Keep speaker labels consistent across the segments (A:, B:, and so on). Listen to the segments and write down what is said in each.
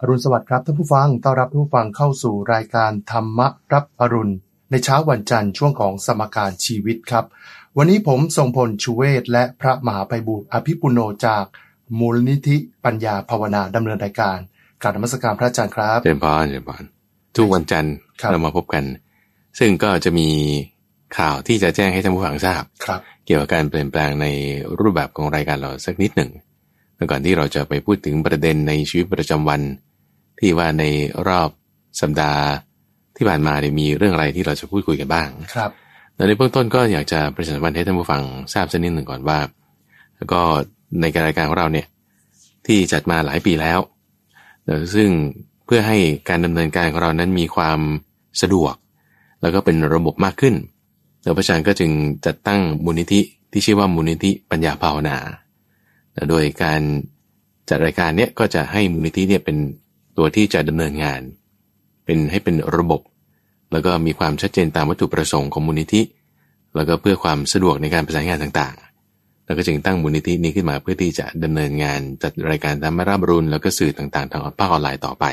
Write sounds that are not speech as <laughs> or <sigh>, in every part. A: อรุณสวัสดิ์ครับท่านผู้ฟัง ต้อนรับท่านผู้ฟังเข้าสู่รายการธรรมรับอรุณ ในเช้าวันจันทร์ช่วงของสมการชีวิตครับ วันนี้ผมทรงพลชูเวศและพระมหาไพบูลย์อภิปุโนจากมูลนิธิปัญญาภาวนาดำเนินรายการกรารนมัสการพระอาจารย์ครับ
B: เจริญพรเจริญพรทุกวันจันทร์
A: ครับ
B: เรามาพบกัน ซึ่งก็จะมีข่าวที่จะแจ้งให้ท่านผู้ฟังทราบ
A: ครับ
B: เกี่ยวกับการเปลี่ยนแปลงในรูปแบบของรายการเราสักนิดหนึ่งแล้วก่อนที่เราจะไปพูดถึงประเด็นในชีวิตประจำวัน ที่ว่าในรอบสัปดาห์ที่ผ่านมาเนี่ยมีเรื่องอะไรที่เราจะพูดคุยกันบ้าง
A: ครับ
B: แต่ในเบื้องต้นก็อยากจะประชาสัมพันธ์ให้ท่านผู้ฟังทราบสักนิดหนึ่งก่อนว่า แล้วก็ในการรายการของเราเนี่ยที่จัดมาหลายปีแล้วเอ่อซึ่งเพื่อให้การดำเนินการของเรานั้นมีความสะดวก แล้วก็เป็นระบบมากขึ้นเราประชาชนก็จึงจัดตั้งมูลนิธิที่ชื่อว่ามูลนิธิปัญญาภาวนาแต่โดยการจัดรายการเนี่ยก็จะให้มูลนิธิเนี่ยเป็นตัวที่จะดำเนินงาน เป็นให้เป็นระบบ แล้วก็มีความชัดเจนตามวัตถุประสงค์ของมูลนิธิ แล้วก็เพื่อความสะดวกในการประสานงานต่างๆ แล้วก็จึงตั้งมูลนิธินี้ขึ้นมาเพื่อที่จะดำเนินงานจัดรายการธรรมราบรุนแล้วก็สื่อต่างๆ ทางภาคออนไลน์ต่อไป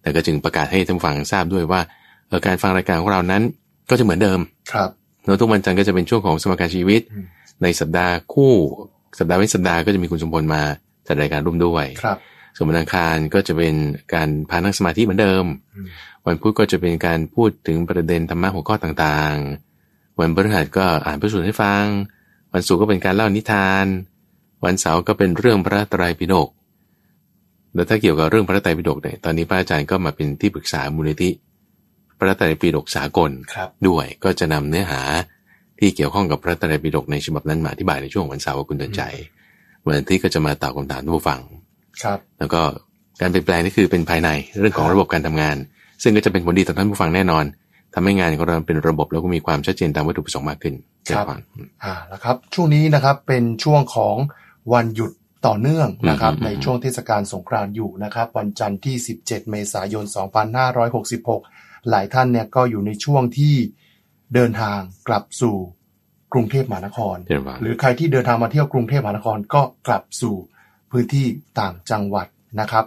B: แต่ก็จึงประกาศให้ท่านผู้ฟังทราบด้วยว่าเอ่อการฟังรายการของเรานั้นก็จะเหมือนเดิม
A: ครับ
B: แล้วทุกวันจันทร์ก็จะเป็นช่วงของสมการชีวิต
A: อืม
B: ในสัปดาห์คู่ สัปดาห์เว้นสัปดาห์ก็จะมีคุณสมพลมาจัดรายการร่วมด้วย
A: ครับ
B: ส่วนวันอังคารก็จะเป็นการพานั่งสมาธิเหมือนเดิม
A: อืม
B: วันพุธก็จะเป็นการพูดถึงประเด็นธรรมะหัวข้อต่างๆ วันพฤหัสก็อ่านพระสูตรให้ฟัง วันศุกร์ก็เป็นการเล่านิทาน วันเสาร์ก็เป็นเรื่องพระไตรปิฎก แล้วถ้าเกี่ยวกับเรื่องพระไตรปิฎกเนี่ย ตอนนี้พระอาจารย์ก็มาเป็นที่ปรึกษามูลนิธิพระไตรปิฎกสากล
A: ครับ
B: ด้วยก็จะนำเนื้อหาที่เกี่ยวข้องกับพระไตรปิฎกในฉบับนั้นมาอธิบายในช่วงวันเสาร์กับคุณเตือนใจวันอาที่ก็จะมาตอบคำถามท่านผู้ฟัง
A: ครับ
B: แล้วก็การเปลี่ยนแปลงนี่คือเป็นภายในเรื่องของระบบการทำงาน ซึ่งก็จะเป็นผลดีต่อท่านผู้ฟังแน่นอนทำให้งานของเราเป็นระบบแล้วก็มีความชัดเจนตามวัตถุประสงค์มากขึ้น
A: ครับ
B: เจาพ
A: อ่าแล้วครับ ช่วงนี้นะครับเป็นช่วงของวันหยุดต่อเนื่องนะครับ
B: อืมอืม
A: ในช่วงเทศกาลสงกรานต์อยู่นะครับ วันจันทร์ที่ 17 เมษายน 2566 หลายท่านเนี่ยก็อยู่ในช่วงที่เดินทางกลับสู่กรุงเทพมหานคร
B: เจริญพร
A: หรือใครที่เดินทางมาเที่ยวกรุงเทพมหานครก็กลับสู่พื้นที่ต่างจังหวัดนะครับ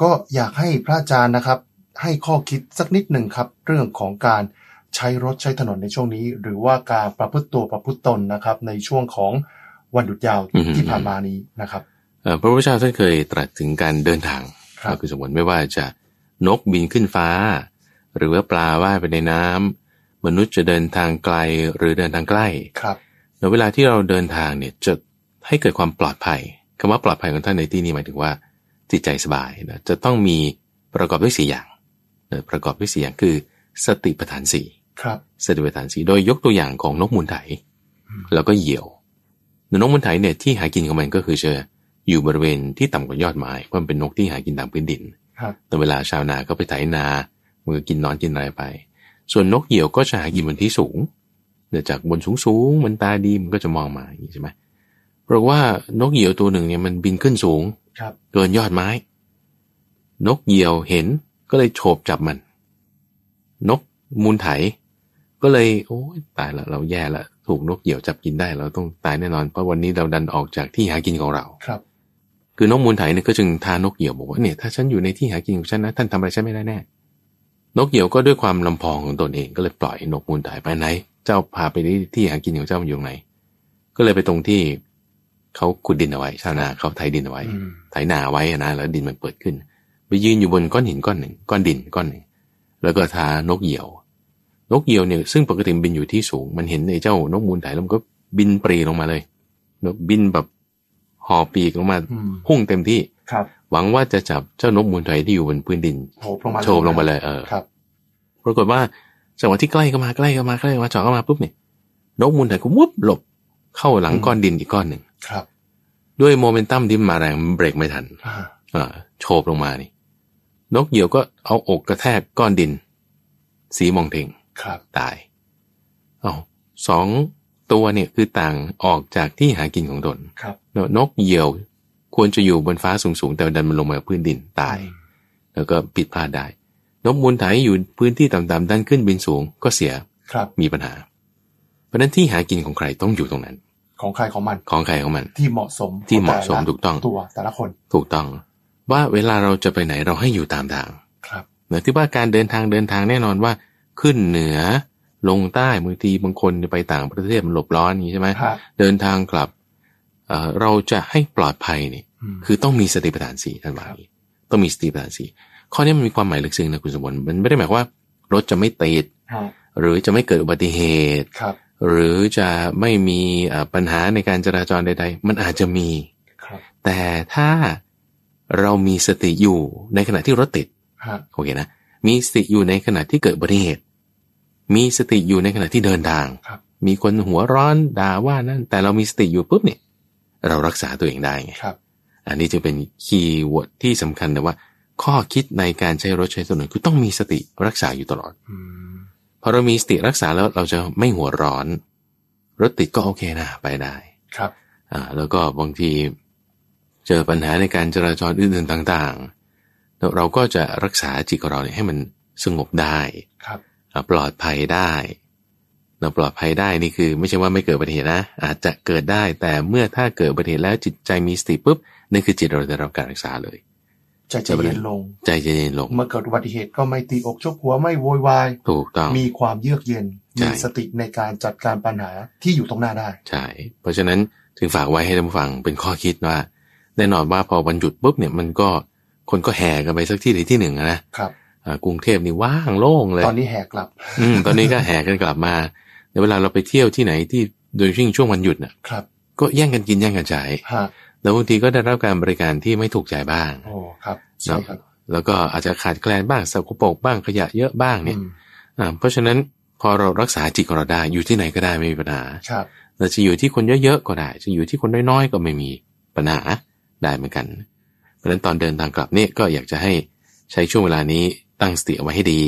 A: ก็อยากให้พระอาจารย์นะครับ ให้ข้อคิดสักนิดหนึ่งครับ เรื่องของการใช้รถใช้ถนนในช่วงนี้ หรือว่าการประพฤติตัวประพฤติตนนะครับ ในช่วงของวันหยุดยาว
B: อือฮึ
A: ที่ผ่านมานี้นะครับ
B: เอ่อพระพุทธเจ้าท่านเคยตรัสถึงการเดินทาง
A: ครับ
B: ก็คือสมมติไม่ว่าจะนกบินขึ้นฟ้า หรือว่าปลาว่ายไปในน้ำมนุษย์จะเดินทางไกลหรือเดินทางใกล้
A: ครับ
B: แล้วเวลาที่เราเดินทางเนี่ยจะให้เกิดความปลอดภัยคำว่าปลอดภัยของท่านในที่นี้หมายถึงว่าจิตใจสบายนะจะต้องมีประกอบด้วยสี่อย่างนะประกอบด้วยสี่อย่างคือ สติปัฏฐานสี่
A: ครับ
B: สติปัฏฐานสี่โดยยกตัวอย่างของนกมูลไถ
A: อืม
B: แล้วก็เหยี่ยวนกมูลไถเนี่ยที่หากินของมันก็คือจะอยู่บริเวณที่ต่ำกว่ายอดไม้เพราะมันเป็นนกที่หากินตามพื้นดิน
A: ครับ
B: แต่เวลาชาวนาก็ไปไถนามือกินนอนกินอะไรไป ส่วนนกเหยี่ยวก็จะหากินบนที่สูงเดี๋ยวจากบนสูงสูงๆมันตาดีมันก็จะมองมาอย่างนี้ใช่ไหมเพราะว่านกเหยี่ยวตัวหนึ่งเนี่ยมันบินขึ้นสูง
A: ครับ
B: เกินยอดไม้ นกเหยี่ยวเห็นก็เลยโฉบจับมัน นกมูลไถ ก็เลยโอ้ยตายละเราแย่ละถูกนกเหยี่ยวจับกินได้ เราต้องตายแน่นอนเพราะวันนี้เราดันออกจากที่หากินของเรา
A: ครับ
B: คือนกมูลไถเนี่ยก็จึงทานกเหยี่ยวบอกว่าเนี่ยถ้าฉันอยู่ในที่หากินของฉันนะท่านทำอะไรฉันไม่ได้แน่ นกเหยี่ยวก็ด้วยความลำพองของตนเองก็เลยปล่อยนกมูลไถไปไหน เจ้าพาไปที่ที่หากินของเจ้ามันอยู่ตรงไหน ก็เลยไปตรงที่เขาขุดดินเอาไว้ชาวนาเขาไถดินเอาไว้
A: อืม
B: ไถนาไว้อะนะแล้วดินมันเปิดขึ้น ไปยืนอยู่บนก้อนหินก้อนหนึ่งก้อนดินก้อนหนึ่ง แล้วก็ท้านกเหยี่ยว นกเหยี่ยวเนี่ยซึ่งปกติบินอยู่ที่สูง มันเห็นไอ้เจ้านกมูลไถแล้วมันก็บินปรีลงมาเลยนกบินแบบห่อปีกลงมา
A: อืม
B: พุ่งเต็มที่
A: ครับ
B: หวังว่าจะจับเจ้านกมูลไถที่อยู่บนพื้นดิน
A: โฉบลงมา
B: โฉบลงมาเลยเออ
A: ครับ
B: ปรากฏว่าจังหวะที่ใกล้เข้ามาใกล้เข้ามาใกล้เข้ามาเจ่อเข้ามาปุ๊บเนี่ยนกมูลไถก็วุบหลบเข้าหลังก้อนดินอีกก้อนหนึ่ง
A: ครับ
B: ด้วยโมเมนตัมที่มาแรงมันเบรกไม่ทัน
A: อ่า
B: อ่าโฉบลงมานี่ นกเหยี่ยวก็เอาอกกระแทกก้อนดิน สีมองเทง
A: ครับ
B: ตายเอาสองตัวเนี่ยคือต่างออกจากที่หากินของตน
A: ครับ
B: นกเหยี่ยวควรจะอยู่บนฟ้าสูงๆแต่ดันมันลงมาพื้นดินตาย แล้วก็ผิดพลาดได้ นกมูลไถอยู่พื้นที่ต่ำๆดันขึ้นบินสูงก็เสีย
A: ครับ
B: มีปัญหา เพราะฉะนั้นที่หากินของใครต้องอยู่ตรงนั้น
A: ของใครของมัน
B: ของใครของมัน
A: ที่เหมาะสม
B: ที่เหมาะสม
A: ของแต่ล
B: ถูกต้อง
A: ตัวแต่ละคน
B: ถูกต้อง ว่าเวลาเราจะไปไหนเราให้อยู่ตามทาง
A: ครับ
B: เนือที่ว่าการเดินทางเดินทางแน่นอนว่า ขึ้นเหนือลงใต้บางทีบางคนไปต่างประเทศมันหลบร้อนอย่างนี้ใช่ไหม
A: ฮะ
B: เดินทางกลับเอ่อเราจะให้ปลอดภัยนี่
A: อืม
B: คือต้องมีสติปัฏฐานสี่ท่านว่าอย่างนี้ต้องมีสติปัฏฐานสี่ข้อนี้มันมีความหมายลึกซึ้งนะคุณสมบัติมันไม่ได้หมายความว่ารถจะไม่ติด
A: ฮะ
B: หรือจะไม่เกิดอุบัติเหตุ
A: ครับ
B: หรือจะไม่มีเอ่อปัญหาในการจราจรใด ๆ มันอาจจะมี
A: ครับ
B: แต่ถ้าเรามีสติอยู่ในขณะที่รถติด
A: ฮะ
B: โอเคนะมีสติอยู่ในขณะที่เกิดอุบัติเหตุ มีสติอยู่ในขณะที่เดินทาง
A: ครับ
B: มีคนหัวร้อนด่าว่านั่น แต่เรามีสติอยู่ปุ๊บเนี่ยเรารักษาตัวเองได้ไง
A: ครับ
B: อันนี้จึงเป็นคีย์เวิร์ดที่สำคัญนะว่า ข้อคิดในการใช้รถใช้ถนนคือต้องมีสติรักษาอยู่ตลอด
A: อืม
B: พอเรามีสติรักษาแล้วเราจะไม่หัวร้อน รถติดก็โอเคนะไปได้
A: ครับ
B: อ่าแล้วก็บางทีเจอปัญหาในการจราจรอื่นๆต่างๆแล้วเราก็จะรักษาจิตของเราเนี่ยให้มันสงบได้
A: ครับ
B: อ่าปลอดภัยได้เราปลอดภัยได้นี่คือ ไม่ใช่ว่าไม่เกิดอุบัติเหตุนะ อาจจะเกิดได้แต่เมื่อถ้าเกิดอุบัติเหตุแล้วจิตใจมีสติปุ๊บนั่นคือจิตเราจะรับการรักษาเลย
A: ใจจะเย็นลง
B: ใจเย็นๆลง
A: เมื่อเกิดอุบัติเหตุก็ไม่ตีอกชกหัวไม่โวยวาย
B: ถูกต้อง
A: มีความเยือกเย็น
B: ใช่
A: มีสติในการจัดการปัญหาที่อยู่ตรงหน้าได้
B: ใช่ เพราะฉะนั้นถึงฝากไว้ให้ท่านผู้ฟังเป็นข้อคิดว่า แน่นอนว่าพอวันหยุดปุ๊บเนี่ยมันก็คนก็แห่กันไปสักที่ใดที่หนึ่งอะนะครับ อ่ากรุงเทพนี่ว่างโล่งเลย
A: ตอนนี้แหกกลับ
B: อืมตอนนี้ก็แห่กันกลับมาในเวลาเราไปเที่ยวที่ไหนที่โดยช่วงช่วงวันหยุดน่ะ
A: ครับ
B: ก็แย่งกันกินแย่งกันใช้
A: ฮะ
B: แล้วบางทีก็ได้รับการบริการที่ไม่ถูกใจบ้าง
A: โอ้ครับ ใช่ครับ
B: แล้วก็อาจจะขาดแคลนบ้างสกปรกบ้างขยะเยอะบ้างเนี่ย
A: อืม
B: อ่าเพราะฉะนั้นพอเรารักษาจิตของเราได้อยู่ที่ไหนก็ได้ไม่มีปัญหา
A: ครับ
B: เราจะอยู่ที่คนเยอะๆก็ได้ จะอยู่ที่คนน้อยๆก็ไม่มีปัญหาได้เหมือนกัน เพราะฉะนั้นตอนเดินทางกลับเนี่ยก็อยากจะให้ใช้ช่วงเวลานี้ตั้งสติเอาไว้ให้ดี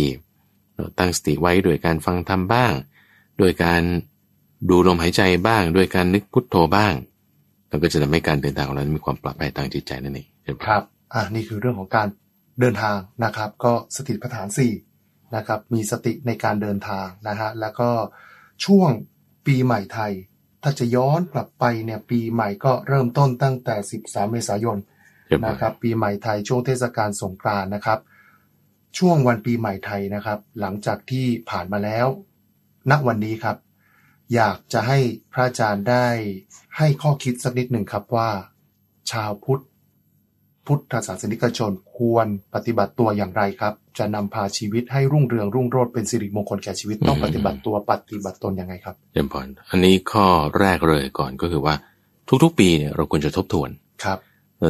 B: ตั้งสติไว้โดยการฟังธรรมบ้าง โดยการดูลมหายใจบ้าง โดยการนึกพุทโธบ้างมันก็จะทำให้การเดินทางของเรา มีความปลอดภัยทางจิตใจนั่นเองใช่ไหม
A: ครับอ่านี่คือเรื่องของการเดินทางนะครับ ก็สติปัฏฐานสี่นะครับ มีสติในการเดินทางนะฮะแล้วก็ช่วงปีใหม่ไทย ถ้าจะย้อนกลับไปเนี่ยปีใหม่ก็เริ่มต้นตั้งแต่ 13 เมษายน
B: ใช่ไหม
A: นะครับปีใหม่ไทยช่วงเทศกาลสงกรานต์นะครับ ช่วงวันปีใหม่ไทยนะครับ หลังจากที่ผ่านมาแล้ว ณวันนี้ครับ อยากจะให้พระอาจารย์ได้ให้ข้อคิดสักนิดหนึ่งครับว่า ชาวพุทธ พุทธศาสนิกชนควรปฏิบัติตัวอย่างไรครับ จะนำพาชีวิตให้รุ่งเรืองรุ่งโรจน์เป็นสิริมงคลแก่ชีวิตต้องปฏิบัติตัวปฏิบัติตนยังไงครับ
B: เจมพรอันนี้ข้อแรกเลยก่อนก็คือว่าทุกๆ ปีเนี่ยเราควรจะทบทวน
A: ครับ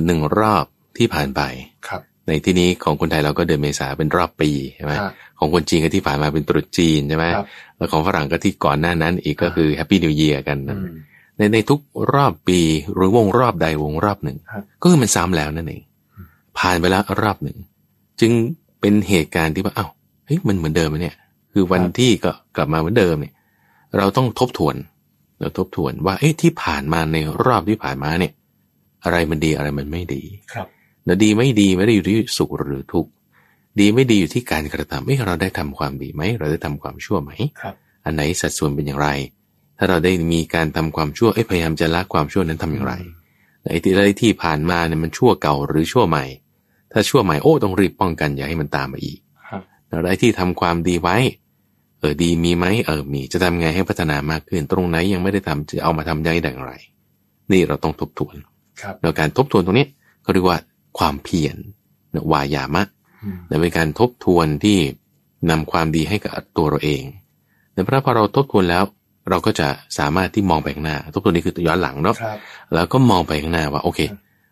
B: หนึ่งรอบที่ผ่านไป
A: ครับ
B: ในที่นี้ของคนไทยเราก็เดือนเมษาเป็นรอบปีใช่ไหม
A: ฮะ
B: ของคนจีนก็ที่ผ่านมาเป็นตรุษจีนใช่ไหม
A: ครับ
B: แล้วของฝรั่งก็ที่ก่อนหน้านั้นอีกก็คือแฮปปี้นิวเยียกัน
A: อื
B: นะ
A: ม
B: ในในทุกรอบปีหรือวงรอบใดวงรอบหนึ่ง
A: ครับ
B: ก็คือมันซ้ำแล้วนั่นเอง
A: อืม
B: ผ่านไปแล้วรอบหนึ่ง จึงเป็นเหตุการณ์ที่ว่าเอ้าเฮ้ยมันเหมือนเดิมไหมเนี่ย คือวันที่ก็กลับมาเหมือนเดิมเนี่ย เราต้องทบทวนเราทบทวนว่าเอ๊ะที่ผ่านมาในรอบที่ผ่านมาเนี่ย อะไรมันดีอะไรมันไม่ดี
A: ครับ
B: นะดีไม่ดีไม่ได้อยู่ที่สุขหรือทุกข์ดีไม่ดีอยู่ที่การกระทำเอ้เราได้ทำความดีไหมเราได้ทำความชั่วไหม
A: ครับ
B: อันไหนสัดส่วนเป็นอย่างไร ถ้าเราได้มีการทำความชั่วเอ้พยายามจะละความชั่วนั้นทำอย่างไรไอ้ที่อะไรที่ผ่านมาเนี่ยมันชั่วเก่าหรือชั่วใหม่ ถ้าชั่วใหม่โอ้ต้องรีบป้องกันอย่าให้มันตามมาอีก
A: ครับ
B: แล้วอะไรที่ทำความดีไว้ เออดีมีไหมเออมีจะทำไงให้พัฒนามากขึ้น ตรงไหนยังไม่ได้ทำจะเอามาทำได้อย่างไร นี่เราต้องทบทวน
A: ครับ
B: แล้วการทบทวนตรงนี้เขาเรียกว่าความเพียรนะวายามะ
A: อืม
B: นะเป็นการทบทวนที่นำความดีให้กับตัวเราเองนะเพราะพอเราทบทวนแล้ว เราก็จะสามารถที่มองไปข้างหน้า ทบทวนนี่คือย้อนหลังเนาะ
A: ครับ
B: แล้วก็มองไปข้างหน้าว่าโอเค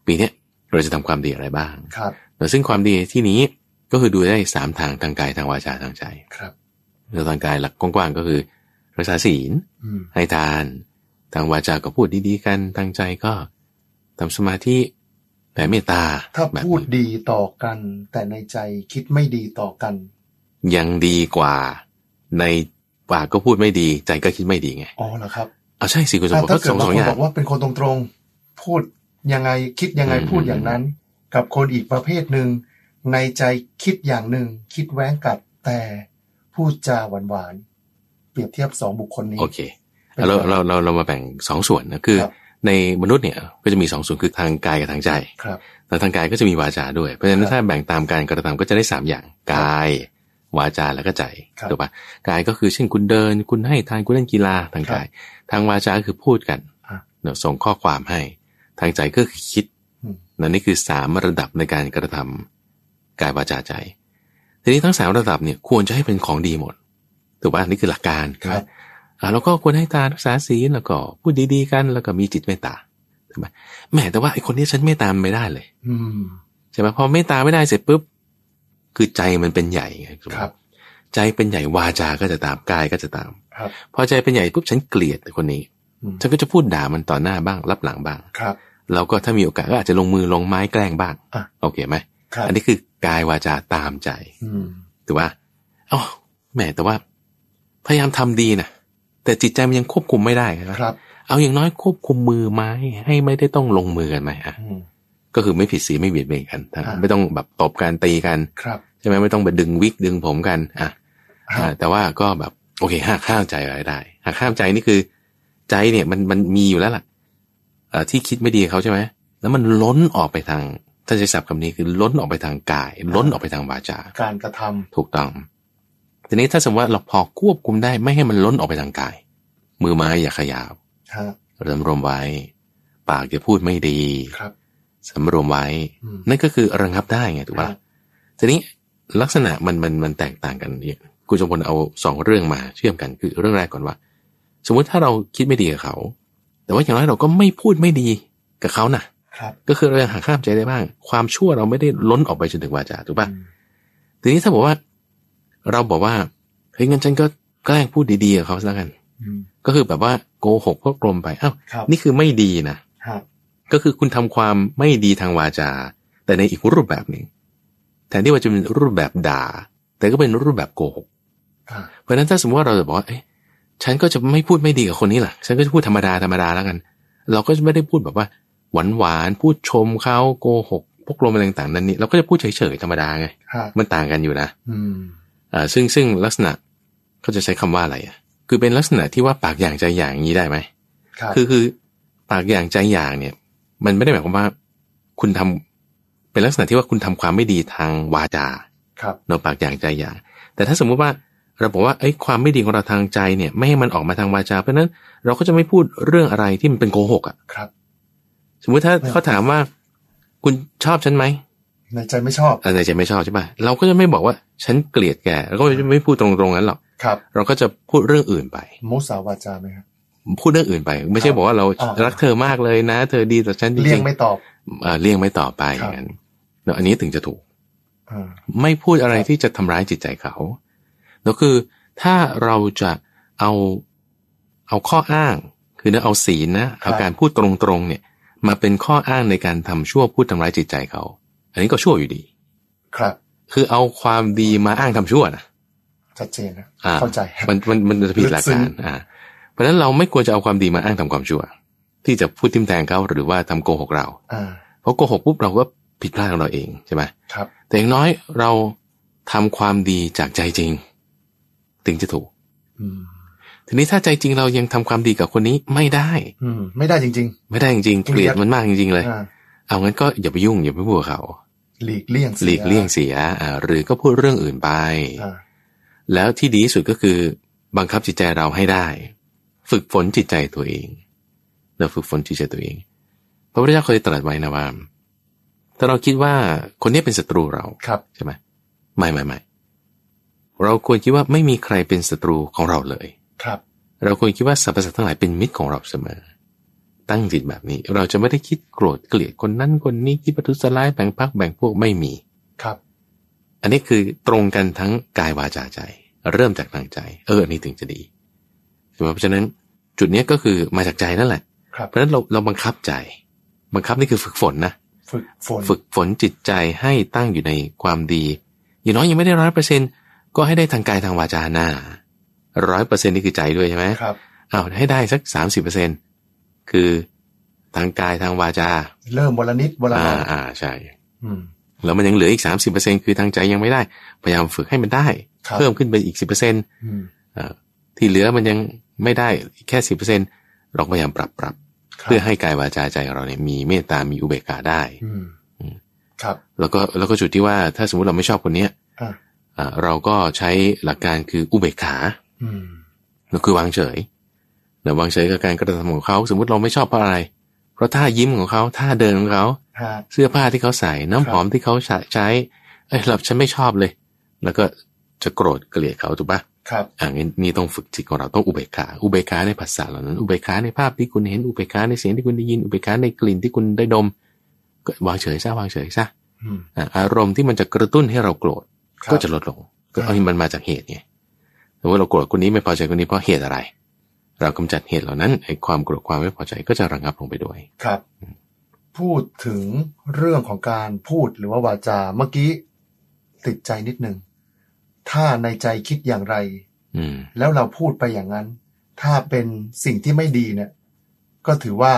B: ปีเนี้ยเราจะทำความดีอะไรบ้าง
A: ครับ
B: แต่ซึ่งความดีที่นี้ก็คือดูได้สามทางทางกายทางวาจาทางใจ
A: ครับ
B: แล้วทางกายหลักกว้างๆก็คือรักษาศีล
A: อืม
B: ให้ทานทางวาจาก็พูดดีๆกันทางใจก็ทำสมาธิแผ่เมตตา
A: ถ้า
B: แบบ
A: พูด
B: นี้
A: ดีต่อกัน แต่ในใจคิดไม่ดีต่อกัน
B: ยังดีกว่า ในปากก็พูดไม่ดี ใจก็คิดไม่ดีไง
A: อ๋อเหรอครับ
B: เอาใช่สิคุณสม
A: อ่ะ
B: บัติ
A: ถ้า
B: ก็
A: เกิ
B: ส
A: ด
B: อง
A: บาง
B: สอ
A: ค
B: งอน ย่าง
A: บอกว่าเป็นคนตรงๆ พูดยังไงคิดยังไง
B: อืม
A: พูดอย่างนั้น กับคนอีกประเภทหนึ่ง ในใจคิดอย่างหนึ่ง คิดแว้งกลับแต่พูดจาหวานๆเปรียบเทียบสองบุคคลนี้
B: โอเคเอาเราเราเราเรามาแบ่งสองส่วนนะคือ
A: ครับ
B: ในมนุษย์เนี่ยก็จะมีสองส่วนคือทางกายกับทางใจ
A: ครับ
B: แล้วทางกายก็จะมีวาจาด้วย เพราะฉะ
A: ค
B: นั้
A: รั
B: น
A: บ
B: ถ้าแบ่งตามการกระทำก็จะได้สามอย่างกาย วาจาแล้วก็ใจ
A: ครับ
B: ถูกปะกายก็คือเช่นคุณเดิน คุณให้ทานคุณเล่นกีฬาทาง
A: ครับ
B: กาย ทางวาจาก็คือพูดกัน
A: ฮะ
B: เนอะส่งข้อความให้ ทางใจก็คือคิด
A: อืม
B: นั่นนี่คือสามระดับในการกระทำกายวาจาใจทีนี้ทั้งสามระดับเนี่ยควรจะให้เป็นของดีหมดถูกปะนี่คือหลักการใช่ไหมอ่าแล้วก็ควรให้ทานรักษาศีลแล้วก็พูดดีๆกัน แล้วก็มีจิตเมตตาถูกไหมแหมแต่ว่าไอ้คนนี้ฉันเมตตามนไม่ได้เลย
A: อืม
B: ใช่ไหมพอเมตตาไม่ได้เสร็จปุ๊บ คือใจมันเป็นใหญ่ไงถูกไหม
A: ครับ
B: ใจเป็นใหญ่วาจาก็จะตามกายก็จะตาม
A: ครับ
B: พอใจเป็นใหญ่ปุ๊บฉันเกลียดคนนี้
A: อืม
B: ฉันก็จะพูดด่ามันต่อหน้าบ้างรับหลังบ้าง
A: ครับ
B: เราก็ถ้ามีโอกาสก็อาจจะลงมือลงไม้แกล้งบ้าง
A: อ่ะ
B: โอเคไหม
A: ครับ
B: อันนี้คือกายวาจาตามใจ
A: อืม
B: ถูกป่ะอ๋อแหมแต่ว่า พยายามทำดีนะแต่จิตใจมันยังควบคุมไม่ได้นะครับเอาอย่างน้อยควบคุมมือไม้ให้ไม่ได้ต้องลงมือกันไหมอ่ะ
A: อืม
B: ก็คือไม่ผิดศีลไม่เบียดเบียนกันนะ
A: อ่า
B: ไม่ต้องแบบตบกันตีกัน
A: ครับ
B: ใช่ไหมไม่ต้องไปดึงวิกดึงผมกันอ่ะ
A: ครั
B: อ่า
A: บ
B: แต่ว่าก็แบบโอเคหักห้ามใจอะไรได้หักห้ามใจนี่คือ ใจเนี่ยมันมันมีอยู่แล้วล่ะเอ่อที่คิดไม่ดีกับเขาใช่ไหมแล้วมันล้นออกไปทางถ้าใช้ศัพท์คำนี้คือล้นออกไปทางกาย ล้นออกไปทางวาจา
A: การกระทำ
B: ถูกต้องทีนี้ถ้าสมมติว่าเราพอควบคุมได้ไม่ให้มันล้นออกไปทางกาย มือไม้อย่าขยับ
A: ฮะ
B: สำรวมไว้ ปากอย่าพูดไม่ดี
A: ครับ
B: สำรวมไว้
A: อืม
B: นั่นก็คือระงับได้ไงถูกปะ
A: ครับ
B: ทีนี้ลักษณะมันมันมันแตกต่างกันเนี่ยคุณจงพลเอาสองเรื่องมาเชื่อมกันคือเรื่องแรกก่อนว่า สมมุติถ้าเราคิดไม่ดีกับเขา แต่ว่าอย่างน้อยเราก็ไม่พูดไม่ดีกับเขานะครับ ก็คือเรายังหักข้ามใจได้บ้าง ความชั่วเราไม่ได้ล้นออกไปจนถึงวาจาถูกปะ
A: อืม
B: ทีนี้ถ้าบอกว่า เราบอกว่าเฮ้ยงั้นฉันก็แกล้งพูดดีๆกับเขาซะแล้วกัน
A: อืม
B: ก็คือแบบว่าโกหกก็กลมไปอ้าว
A: ครับ
B: นี่คือไม่ดีนะ
A: ฮะ
B: ก็คือคุณทำความไม่ดีทางวาจา แต่ในอีกรูปแบบหนึ่งแทนที่ว่าจะเป็นรูปแบบด่า แต่ก็เป็นรูปแบบโกหก
A: อ่า
B: เพราะฉะนั้นถ้าสมมติว่าเราจะบอกว่าเอ๊ะฉันก็จะไม่พูดไม่ดีกับคนนี้ล่ะ ฉันก็จะพูดธรรมดาธรรมดาแล้วกัน เราก็จะไม่ได้พูดแบบว่าหวานหวานๆพูดชมเขาโกหกพวกลมอะไรต่างๆนั้นนี่เราก็จะพูดเฉยๆธรรมดาไง
A: ฮะ
B: มันต่างกันอยู่นะ
A: อืม
B: อ่าซึ่งซึ่งลักษณะเขาจะใช้คำว่าอะไรอ่ะคือเป็นลักษณะที่ว่าปากอย่างใจอย่างนี้ได้ไหม
A: ครับ
B: คือคือปากอย่างใจอย่างเนี่ย มันไม่ได้หมายความว่า คุณทำเป็นลักษณะที่ว่าคุณทำความไม่ดีทางวาจา
A: ครับ
B: เนอะปากอย่างใจอย่าง แต่ถ้าสมมุติว่าเราบอกว่าไอ้ยความไม่ดีของเราทางใจเนี่ย ไม่ให้มันออกมาทางวาจา เพราะฉะนั้นเราก็จะไม่พูดเรื่องอะไรที่มันเป็นโกหกอ่ะ
A: ครับ
B: สมมุติถ้า
A: อืม
B: เขาถามว่า คุณชอบฉันไหม
A: ในใจไม่ชอบ
B: อะไรจะไม่ชอบใช่ป่ะเราก็จะไม่บอกว่าฉันเกลียดแกเราก็จะไม่พูดตรงๆนั้นหรอก
A: ครับ
B: เราก็จะพูดเรื่องอื่นไป
A: มุสาวาจาไหมครับ
B: พูดเรื่องอื่นไป ไม่ใช่บอกว่าเรา
A: อ่า
B: รักเธอมากเลยนะ เธอดีต่อฉันจ
A: เลี่ย
B: ริ
A: ง
B: งๆ
A: ไม่ตอบ
B: เอ่อเลี่ยงไม่ต่อไปอ
A: ครับ
B: ย่างนั้นเนอะอันนี้ถึงจะถูก
A: อ่า
B: ไม่พูดอะไร
A: ครับ
B: ที่จะทำร้ายจิตใจเขาแล้วคือถ้าเราจะเอาเอาข้ออ้าง คือเนอะเอาศีลนะเอาการพูดตรงๆเนี่ย มาเป็นข้ออ้างในการทำชั่วพูดทำร้ายจิตใจเขา อันนี้ก็ชั่วอยู่ดี
A: ครับ
B: คือเอาความดีมาอ้างทำชั่วนะ
A: ชัดเจนนะ
B: อ่า
A: เข้าใจ
B: มันมันมันจะผิดหลัก
A: ลึกซึ้
B: กาง รอ่าเพราะฉะนั้นเราไม่ควรจะเอาความดีมาอ้างทำความชั่ว ที่จะพูดทิมแทงเขาหรือว่าทำโกหกเรา
A: อ่า
B: เพราะโกหกปุ๊บเราก็ผิดพลาดของเราเองใช่ไหม
A: ครับ
B: แต่อย่างน้อยเราทำความดีจากใจจริง ถึงจะถูก
A: อืม
B: ทีนี้ถ้าใจจริงเรายังทำความดีกับคนนี้ไม่ได้
A: อืมไม่ได้จริง
B: ไม่ได้จริงๆ
A: เก
B: เก
A: ลี
B: ลี
A: ย
B: ย
A: ด
B: ดมันมากจริงๆ
A: ๆ
B: เลย
A: อ่า
B: เอางั้นก็อย่าไปยุ่งอย่าไปพูดกับเขา
A: หลีกเลี่ยงสี
B: หลีกเลี่ยงเสียอ่าหรือก็พูดเรื่องอื่นไป
A: อ่า
B: แล้วที่ดีที่สุดก็คือบังคับจิตใจเราให้ได้ ฝึกฝนจิตใจตัวเองเราฝึกฝนจิตใจตัวเอง พระพุทธเจ้าเคยตรัสไว้นะว่าถ้าเราคิดว่าคนนี้เป็นศัตรูเรา
A: ครับ
B: ใช่ไหมไม่ไม่ไม่เราควรคิดว่าไม่มีใครเป็นศัตรูของเราเลย
A: ครับ
B: เราควรคิดว่าสรรพสัตว์ทั้งหลายเป็นมิตรของเราเสมอ ตั้งจิตแบบนี้ เราจะไม่ได้คิดโกรธเกลียดคนนั้นคนนี้คิดประทุษร้ายแบ่งพักแบ่งพวกไม่มี
A: ครับ
B: อันนี้คือตรงกันทั้งกายวาจาใจ เริ่มจากทางใจ เอออันนี้ถึงจะดีใช่ไหมเพราะฉะนั้นจุดเนี้ยก็คือมาจากใจนั่นแหละ
A: ครับ
B: เพราะฉะนั้นเราเราบังคับใจ บังคับนี่คือฝึกฝนนะ
A: ฝึกฝน
B: ฝึกฝนจิตใจให้ตั้งอยู่ในความดี อย่างน้อยยังไม่ได้ร้อยเปอร์เซ็นก็ให้ได้ทางกายทางวาจาหน้าร้อยเปอร์เซ็นนี่คือใจด้วยใช่ไหม
A: ครับ
B: อ้าวให้ได้สักสามสิบเปอร์เซ็นคือทางกายทางวาจา
A: เริ่มวันละนิดวันละห
B: อ่า
A: น่อย
B: อ่าใช่
A: อืม
B: แล้วมันยังเหลืออีกสามสิบเปอร์เซ็นคือทางใจยังไม่ได้ พยายามฝึกให้มันได้
A: ครับ
B: เพิ่มขึ้นไปอีกสิบเปอร์เซ็น
A: อืม
B: ที่เหลือมันยังไม่ได้แค่สิบเปอร์เซ็นเราก็พยายามปรับปรับ
A: ครับ
B: เพื่อให้กายวาจาใจของเราเนี่ยมีเมตตา มีอุเบกขาได้
A: อืมครับ
B: แล้วก็แล้วก็จุดที่ว่าถ้าสมมติเราไม่ชอบคนเนี้ย
A: อ่ะ
B: อ่าเราก็ใช้หลักการคืออุเบกขา
A: อืม
B: ก็คือวางเฉยนะวางเฉยกับการกระทำของเขา สมมติเราไม่ชอบเพราะอะไร เพราะท่ายิ้มของเขาท่าเดินของเขา
A: ฮะ
B: เสื้อผ้าที่เขาใส่น้ำหอม
A: ครับ
B: ที่เขาใช้เอ้ยเราฉันไม่ชอบเลย แล้วก็จะโกรธเกลียดเขาถูกปะ
A: ครับ
B: อ่างี้นี่ต้องฝึกจิตของเราต้องอุเบกขาอุเบกขาในภาษาเหล่านั้นอุเบกขาในภาพที่คุณเห็นอุเบกขาในเสียงที่คุณได้ยินอุเบกขาในกลิ่นที่คุณได้ดม ก็วางเฉยซะวางเฉยซะ
A: อืม
B: อ่ะอารมณ์ที่มันจะกระตุ้นให้เราโกรธ
A: ครับ
B: ก็จะลดลง ก็เอามันมาจากเหตุไงแต่ว่าเราโกรธคนนี้ไม่พอใจคนนี้เพราะเหตุอะไร เรากำจัดเหตุเหล่านั้นไอ้ความโกรธความไม่พอใจก็จะระงับลงไปด้วย
A: ครับ พูดถึงเรื่องของการพูดหรือว่าวาจาเมื่อกี้ติดใจนิดหนึ่งถ้าในใจคิดอย่างไร
B: อืม
A: แล้วเราพูดไปอย่างนั้น ถ้าเป็นสิ่งที่ไม่ดีเนี่ย ก็ถือว่า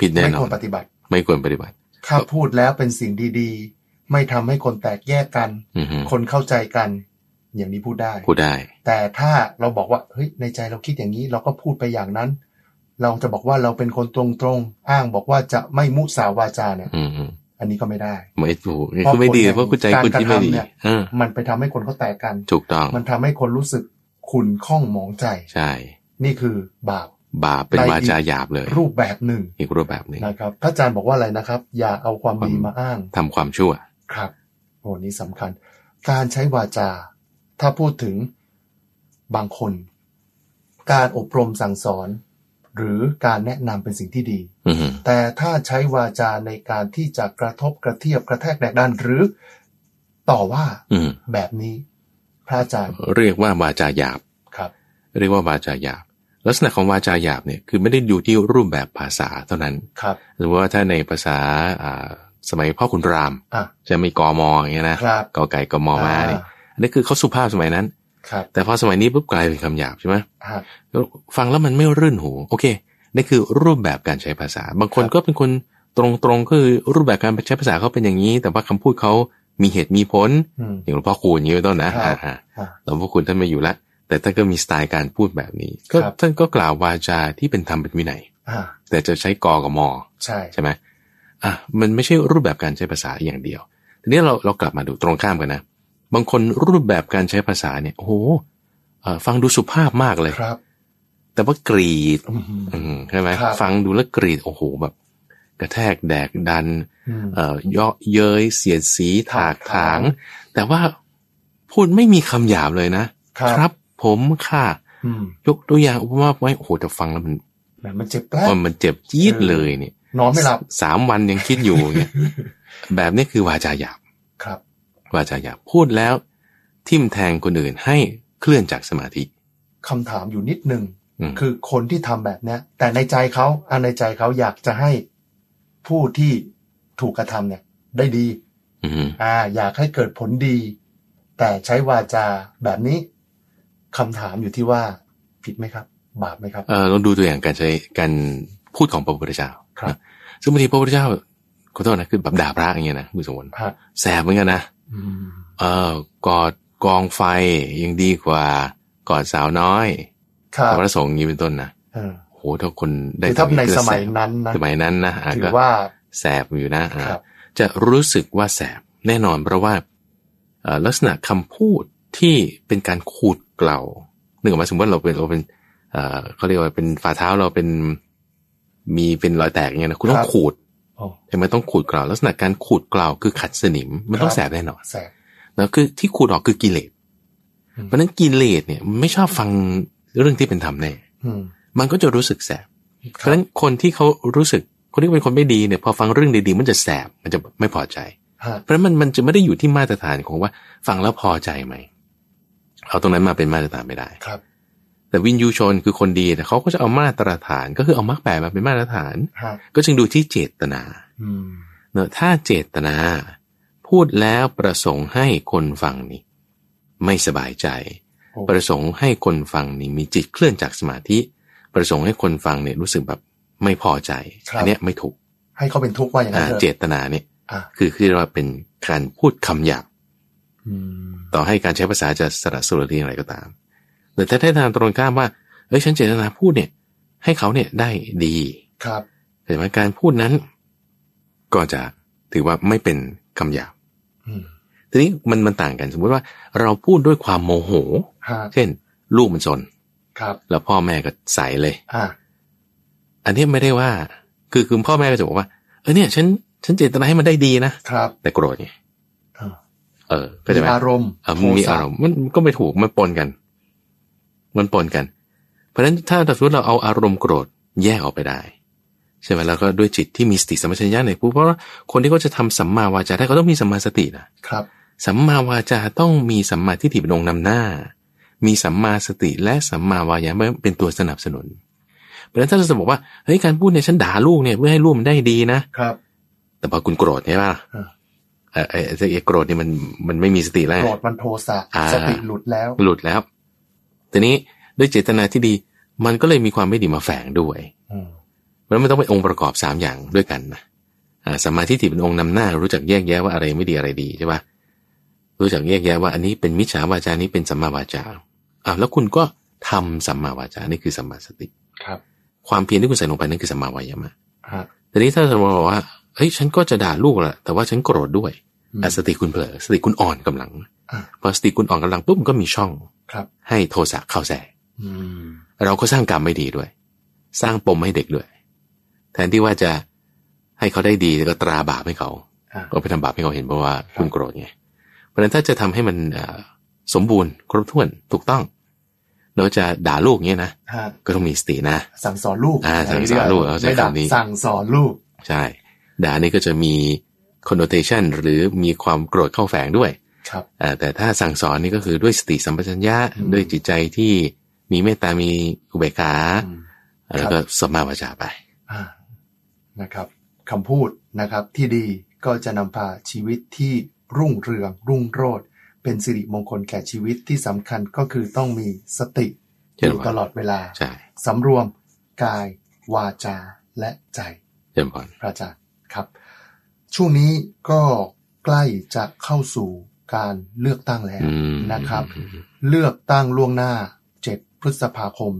B: ผิดแน่
A: ไม่
B: นอ
A: ควร
B: น
A: ปฏิบัติ
B: ไม่ควรปฏิบัติ
A: ถ้าพูดแล้วเป็นสิ่งดี ๆ ไม่ทำให้คนแตกแยกกัน
B: อือฮึ
A: คนเข้าใจกัน อย่างนี้พูดได้
B: พูดได้
A: แต่ถ้าเราบอกว่าเฮ้ยในใจเราคิดอย่างนี้ เราก็พูดไปอย่างนั้น เราจะบอกว่าเราเป็นคนตรงๆอ้างบอกว่าจะไม่มุสาวาจาเนี่ย
B: อืมอืม
A: อันนี้ก็ไม่ได้
B: ไม่ถูก
A: เพราะ
B: คือไม่ดี
A: คนเนี่ย
B: เพราะคุณใจ
A: การ
B: คุณที่
A: ก
B: ไม่
A: ระทำ
B: ดี
A: เนี่ย
B: เออ
A: มันไปทำให้คนเขาแตกกัน
B: ถูกต้อง
A: มันทำให้คนรู้สึกขุนข้องหมองใจ
B: ใช่
A: นี่คือบาป
B: บาปเป็น
A: ได้อีก
B: วาจาหยาบเลย
A: รูปแบบหนึ่ง
B: อีกรูปแบบหนึ่ง
A: นะครับพระอาจารย์บอกว่าอะไรนะครับ อย่าเอาความ
B: ความ
A: ดีมาอ้าง
B: ทำความชั่ว
A: ครับโอ้นี่สำคัญ การใช้วาจา ถ้าพูดถึงบางคน การอบรมสั่งสอน หรือการแนะนำเป็นสิ่งที่ดี
B: อือฮึ
A: แต่ถ้าใช้วาจาในการที่จะกระทบกระเทียบกระแทกแดกดันหรือต่อว่า
B: อืม
A: แบบนี้ พระอาจารย์
B: เรียกว่าวาจาหยาบ
A: ครับ
B: เรียกว่าวาจาหยาบ ลักษณะของวาจาหยาบเนี่ยคือไม่ได้อยู่ที่รูปแบบภาษาเท่านั้น
A: ครับ
B: หรือว่าถ้าในภาษาอ่าสมัยพ่อขุนราม
A: อ่ะ
B: จะมีกอมออย่างเงี้ยนะครับ กอไก่กอมอมาเนี่ยอันนี้คือเขาสุภาพสมัยนั้น
A: ครับ
B: แต่พอสมัยนี้ปุ๊บกลายเป็นคำหยาบใช่ไหม
A: ฮะ
B: ฟังแล้วมันไม่รื่นหู โอเคนี่คือรูปแบบการใช้ภาษา บางคน
A: ครับ
B: ก็เป็นคนตรงๆก็คือรูปแบบการใช้ภาษาเขาเป็นอย่างนี้ แต่ว่าคำพูดเขามีเหตุมีผล
A: อืม
B: อย่างหลวงพ่อคูณอย่างนี้เป็นต้นนะครับ อ่า
A: อ่ะ
B: ๆหลวงพ่อคูณท่านไม่อยู่ละแต่ท่านก็มีสไตล์การพูดแบบนี้ก็
A: ครับ
B: ท่านก็กล่าววาจาที่เป็นธรรมเป็นวินัย
A: อ่ะ
B: แต่จะใช้กอกับมอ
A: ใช่
B: ใช่ไหมอ่ะมันไม่ใช่รูปแบบการใช้ภาษาอย่างเดียวทีนี้เราเรากลับมาดูตรงข้ามกันนะ บางคนรูปแบบการใช้ภาษาเนี่ยโอ้โหเอ่อฟังดูสุภาพมากเลย
A: ครับ
B: แต่ว่ากรีด
A: อืม
B: อืมใช่ไหม
A: ครับ
B: ฟังดูแล้วกรีดโอ้โหแบบ กระแทกแดกดัน
A: อืม
B: เอ่อเยาะเย้ยเสียดสีถากถาง
A: ถากถ
B: แต่ว่าพูดไม่มีคำหยาบเลยนะครับ บผมค่ะ
A: อืม
B: ยกตัวอย่างอุปมาไว้โอ้โหแต่ฟังแล้วมัน
A: แหมมันเจ็บแปลบ
B: มันมันเจ็บจี๊ดเลยเนี่ย
A: นอนไม่หลับ
B: สามวันยังคิดอยู่เนี่ย
A: <laughs>
B: แบบนี้คือวาจาหยาบ
A: ครับ
B: วาจาหยาบพูดแล้ว ทิ่มแทงคนอื่นให้เคลื่อนจากสมาธิ
A: คำถามอยู่นิดหนึ่ง
B: อืม
A: คือคนที่ทำแบบเนี้ยแต่ในใจเขาอันในใจเขาอยากจะให้ผู้ที่ถูกกระทำเนี่ย ได้ดี
B: ม
A: อ่า อยากให้เกิดผลดี แต่ใช้วาจาแบบนี้คำถามอยู่ที่ว่าผิดไหมครับ บาปไหมครับ
B: เออลองดูตัวอย่างการใช้การพูดของพระพุทธเจ้า
A: ครับ
B: นะซึ่งบางทีพระพุทธเจ้าขอโทษนะคือแบบด่าพระอย่างเงี้ยนะคุณสมวน
A: ฮะ
B: แสบเหมือนกันนะ
A: อืม
B: เออกอดกองไฟยังดีกว่ากอดสาวน้อย
A: ครับ
B: พระสงฆ์อย่างนี้เป็นต้นนะ
A: เออ
B: โหถ้าคนได้
A: คือถ้าในสมัย
B: น
A: นั้นนะ
B: สมัยนั้นนะอ่ะ
A: ถือ
B: ก็
A: ว่า
B: แสบอยู่นะอ่ะ
A: ครับ
B: จะรู้สึกว่าแสบแน่นอนเพราะว่าเอ่อลักษณะคำพูดที่เป็นการขูดเกลาหนึ่งหมายถึงว่าเราเป็นเราเป็น เอ่อเขาเรียกว่าเป็นฝ่าเท้าเราเป็นมีเป็นรอยแตกอย่างเงี้ยนะคุณต้องขูด
A: โอ้
B: ใช่ไหมต้องขูดเกลาลักษณะการขูดเกลาคือขัดสนิมมันต้อ
A: ค
B: ง
A: รับ
B: แสบแน่นอน
A: แสบ
B: แล้วคือที่ขูดออกคือกิเลส
A: อืม
B: เพราะฉะนั้นกิเลสเนี่ยมันไม่ชอบฟังเรื่องที่เป็นธรรมแน่
A: อืม
B: มันก็จะรู้สึกแสบเพราะฉะนั้นคนที่เขารู้สึกคนที่เป็นคนไม่ดีเนี่ยพอฟังเรื่องดีๆมันจะแสบมันจะไม่พอใจ
A: ฮะ
B: เพราะฉะนั้นมันมันจะไม่ได้อยู่ที่มาตรฐานของว่าฟังแล้วพอใจไหมเอาตรงนั้นมาเป็นมาตรฐานไม่ได้
A: ครับ
B: แต่วินยูชนคือคนดีแต่เขาก็จะเอามาตรฐานก็คือเอามรรคแปดมาเป็นมาตรฐาน
A: ฮะ
B: ก็จึงดูที่เจตนา
A: อืม
B: เนอะถ้าเจตนา พูดแล้วประสงค์ให้คนฟังนี่ ไม่สบายใจ
A: โอ้
B: ประสงค์ให้คนฟังนี่มีจิตเคลื่อนจากสมาธิ ประสงค์ให้คนฟังเนี่ยรู้สึกแบบไม่พอใจอันเนี้ยไม่ถูก
A: ให้เขาเป็นทุกข์ว่าอย่างนั้
B: อ่าน
A: เถอะ
B: เจตนาเนี่ย
A: อ่ะ
B: คือคือว่าเป็นการพูดคำหยาบ
A: อืม
B: ต่อให้การใช้ภาษาจะสระสุรดีอะไรก็ตาม แต่ถ้าได้ทางตรงข้ามว่า เอ้ยฉันเจตนาพูดเนี่ย ให้เขาเนี่ยได้ดี
A: ครับ
B: แต่ว่าการพูดนั้น ก็จะถือว่าไม่เป็นคำหยาบ
A: อืม
B: ทีนี้มันมันต่างกันสมมติว่าเราพูดด้วยความโมโห
A: ฮะ
B: เช่น ลูกมันสน
A: ครับ
B: แล้วพ่อแม่ก็ใส่เลย
A: อ่า
B: อันนี้ไม่ได้ว่า คือคือพ่อแม่ก็จะบอกว่า เออเนี่ย ฉันฉันเจตนาให้มันได้ดีนะครับ แต่โกรธไง
A: อ่า
B: เออก็จะ
A: มี
B: ไหม
A: อารมณ์
B: เออมันมีอารมณ์มันมันก็ไม่ถูกมันปนกัน มันปนกัน เพราะฉะนั้นถ้าสมมติเราเอาอารมณ์โกรธแยกออกไปได้ใช่ไหมแล้วก็ด้วยจิตที่มีสติสัมปชัญญะเนี่อยปุ๊บเพราะว่าคนที่เขาจะทำสัมมาวาจาได้เขาต้องมีสัมมาสตินะ
A: โทสะครับ
B: สัมมาวาจาต้องมีสัมมาทิฏฐิเป็นองค์นำหน้า มีสัมมาสติและสัมมาวายามะเป็นตัวสนับสนุน เพราะฉะนั้นถ้าเราจะบอกว่าเฮ้ยการพูดเนี่ยฉันด่าลูกเนี่ยเพื่อให้ลูกมันได้ดีนะ
A: ครับ
B: แต่พอคุณโกรธใช่ปะ
A: อ่า
B: เออไอ้ไอ้ไอ้โกรธเนี่ยมันมันไม่มีสติแล้ว
A: โกรธมันโทสะ
B: อ่า
A: สติหลุดแล้ว
B: หลุดแล้ว ทีนี้ด้วยเจตนาที่ดีมันก็เลยมีความไม่ดีมาแฝงด้วย
A: อืม
B: มันไม่ต้องเป็นองค์ประกอบ 3 อย่างด้วยกันนะอ่าสัมมาทิฏฐิเป็นองค์นำหน้า รู้จักแยกแยะว่าอะไรไม่ดีอะไรดีใช่ปะรู้จักแยกแยะว่าอันนี้เป็นมิจฉาวาจานี้เป็นสัมมาวาจาอ้าวแล้วคุณก็ทำสัมมาวาจานี่คือสัมมาสติ
A: ครับ
B: ความเพียรที่คุณใส่ลงไปนั่นคือสัมมาวายามะ
A: ฮะ
B: แต่นี้ถ้าสมมติบอกว่าเฮ้ยฉันก็จะด่าลูกแหละแต่ว่าฉันโกรธด้วย
A: อืม
B: อ่ะสติคุณเผลอสติคุณอ่อนกำลัง
A: อ่า
B: พอสติคุณอ่อนกำลังปุ๊บมันก็มีช่อง
A: ครับ
B: ให้โทสะเข้าแทรก
A: อืม
B: เราก็สร้างกรรมไม่ดีด้วย สร้างปมให้เด็กด้วย แทนที่ว่าจะให้เขาได้ดีแล้วก็ตราบาปให้เขา
A: อ่า
B: ก็ไปทำบาปให้เขาเห็นเพราะว่า
A: ครับ
B: คุณโกรธไง เพราะฉะนั้นถ้าจะทำให้มันเอ่อสมบูรณ์ ครบถ้วนถูกต้อง เราจะด่าลูกเงี้ยนะ
A: ฮะ
B: ก็ต้องมีสตินะ
A: สั่งสอนลูก
B: อ่าสั่งสอนลูกเอาใช้
A: ไม่ดั
B: คำนี้
A: สั่งสอนลูก
B: ใช่ ด่านี่ก็จะมี connotation หรือมีความโกรธเข้าแฝงด้วย
A: ครับ
B: อ่าแต่ถ้าสั่งสอนนี่ก็คือด้วยสติสัมปชัญญะ
A: อืม
B: ด้วยจิตใจที่มีเมตตา มีอุเบกขา
A: อืม
B: แล้วก็สมมาวาจาไป
A: อ่านะครับคำพูดนะครับที่ดีก็จะนำพาชีวิตที่รุ่งเรือง รุ่งโรจน์เป็นสิริมงคลแก่ชีวิตที่สำคัญก็คือต้องมีสติ
B: เจ
A: อ
B: ริญ
A: ยู่
B: พร
A: ตลอดเวลา
B: ใช่
A: สำรวมกาย วาจาและใจ
B: เจริญพร
A: พระอาจารย์ครับ ช่วงนี้ก็ใกล้จะเข้าสู่การเลือกตั้งแล้ว
B: อืม
A: นะครับ
B: อืม
A: เลือกตั้งล่วงหน้า 7 พฤษภาคม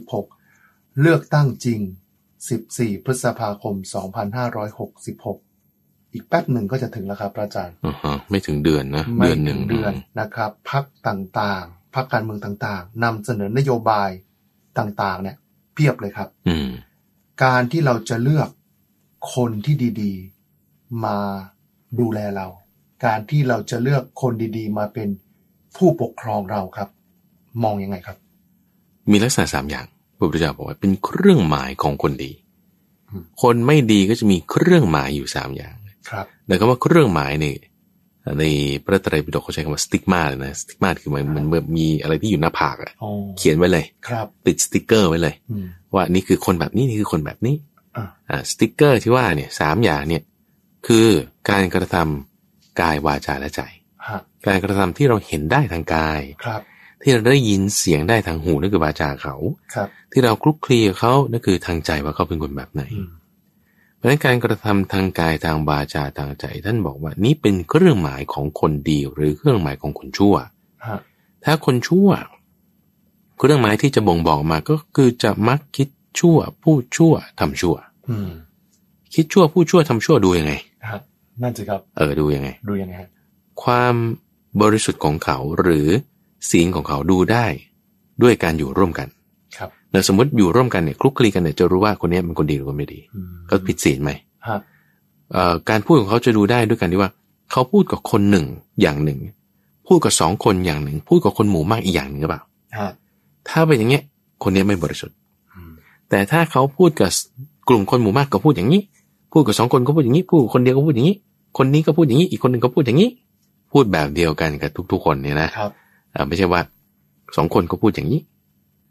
A: 2566 เลือกตั้งจริง 14 พฤษภาคม 2566 อีกแป๊บหนึ่งก็จะถึงแล้วครับพระอาจารย์
B: อ่าฮะไม่ถึงเดือนนะ
A: ไม่
B: เดือนห
A: ถึ
B: นึ่ง
A: งเดือนนะครับพักต่างๆพักการเมืองต่างๆนำเสนอนโยบายต่างๆ เนี่ยเพียบเลยครับ
B: อืม
A: การที่เราจะเลือกคนที่ดีๆ มาดูแลเรา การที่เราจะเลือกคนดีๆ มาเป็นผู้ปกครองเราครับ มองยังไงครับ
B: มีลักษณะสามอย่างพระพุทธเจ้าบอกว่าเป็นเครื่องหมายของคนดี
A: อืม
B: คนไม่ดีก็จะมีเครื่องหมายอยู่สามอย่าง
A: ครับ
B: แต่คำว่าเครื่องหมายนี่ในพระไตรปิฎกเขาใช้คำว่าสติกมาเลยนะสติกมาคือมันมันมันมีอะไรที่อยู่หน้าผากอะ
A: อ๋อ
B: เขียนไว้เลย
A: ครับ
B: ติดสติกเกอร์ไว้เลย
A: อืม
B: ว่านี่คือคนแบบนี้นี่คือคนแบบนี้
A: อ่ะ
B: อ่าสติกเกอร์ที่ว่าเนี่ยสามอย่างเนี่ยคือการกระทำกายวาจาและใจ
A: ฮะ
B: การกระทำที่เราเห็นได้ทางกาย
A: ครับ
B: ที่เราได้ยินเสียงได้ทางหูนั่นคือวาจาเขา
A: ครับ
B: ที่เราคลุกคลีกับเขานั่นคือทางใจว่าเขาเป็นคนแบบไหน
A: อืม
B: เพราะฉะนั้นการกระทำทางกายทางวาจาทางใจ ท่านบอกว่านี้เป็นเครื่องหมายของคนดีหรือเครื่องหมายของคนชั่ว
A: ฮะ
B: ถ้าคนชั่วเครื่องหมายที่จะบ่งบอกมาก็คือจะมักคิดชั่วพูดชั่วทำชั่ว
A: อืม
B: คิดชั่วพูดชั่วทำชั่วดูยังไง
A: ฮะนั่นสิครับ
B: เออดูยังไง
A: ดูยังไงฮะ
B: ความบริสุทธิ์ของเขาหรือศีลของเขาดูได้ ด้วยการอยู่ร่วมกัน
A: ครับ
B: แล้วสมมติอยู่ร่วมกันเนี่ยคลุกคลีกันเนี่ยจะรู้ว่าคนเนี้ยเป็นคนดีหรือคนไม่ดี
A: อืม
B: เขาผิดศีลไหม
A: ฮะ
B: เอ่อการพูดของเขาจะดูได้ด้วยกันที่ว่า เขาพูดกับคนหนึ่งอย่างหนึ่ง พูดกับสองคนอย่างหนึ่ง พูดกับคนหมู่มากอีกอย่างหนึ่งหรือเปล่า
A: ฮะ
B: ถ้าเป็นอย่างเงี้ยคนเนี้ยไม่บริสุทธิ์
A: อืม
B: แต่ถ้าเขาพูดกับกลุ่มคนหมู่มากก็พูดอย่างนี้ พูดกับสองคนก็พูดอย่างนี้ พูดกับคนเดียวก็พูดอย่างนี้ คนนี้ก็พูดอย่างนี้ อีกคนหนึ่งก็พูดอย่างนี้ พูดแบบเดียวกันกับทุก ๆ คนเนี่ยนะ
A: ครับ
B: อ่าไม่ใช่ว่าสองคนก็พูดอย่างนี้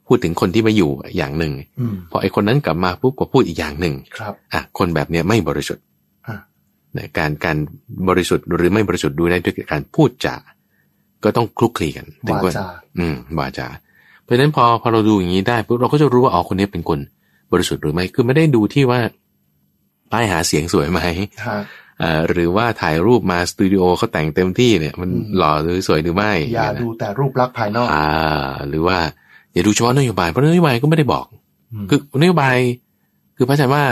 B: พูดถึงคนที่ไม่อยู่อย่างหนึ่ง
A: อืม
B: พอไอ้คนนั้นกลับมาปุ๊บก็พูดอีกอย่างหนึ่ง
A: ครับ
B: อ่ะคนแบบเนี้ยไม่บริสุทธิ์
A: อ่ะ
B: นะการการบริสุทธิ์หรือไม่บริสุทธิ์ดูได้ด้วยการพูดจาก็ต้องคลุกคลีกันถึง
A: วา
B: ว่า
A: จา
B: อืมวาจาเพราะฉะนั้นพอพอเราดูอย่างนี้ได้ปุ๊บเราก็จะรู้ว่าอ๋อคนนี้เป็นคนบริสุทธิ์หรือไม่คือไม่ได้ดูที่ว่าป้ายหาเสียงสวยไหม
A: ฮะ
B: อ่าหรือว่าถ่ายรูปมาสตูดิโอเขาแต่งเต็มที่เนี่ย มัน
A: อืม
B: หล่อหรือสวยหรือไม่
A: อย่า
B: เนี่ยนะ
A: ดูแต่รูปลักษณ์ภายนอก
B: อ่าหรือว่าอย่าดูเฉพาะนโยบายเพราะนโยบายก็ไม่ได้บอก
A: ม
B: คือนโยบาย คือพระอาจารย์ว่า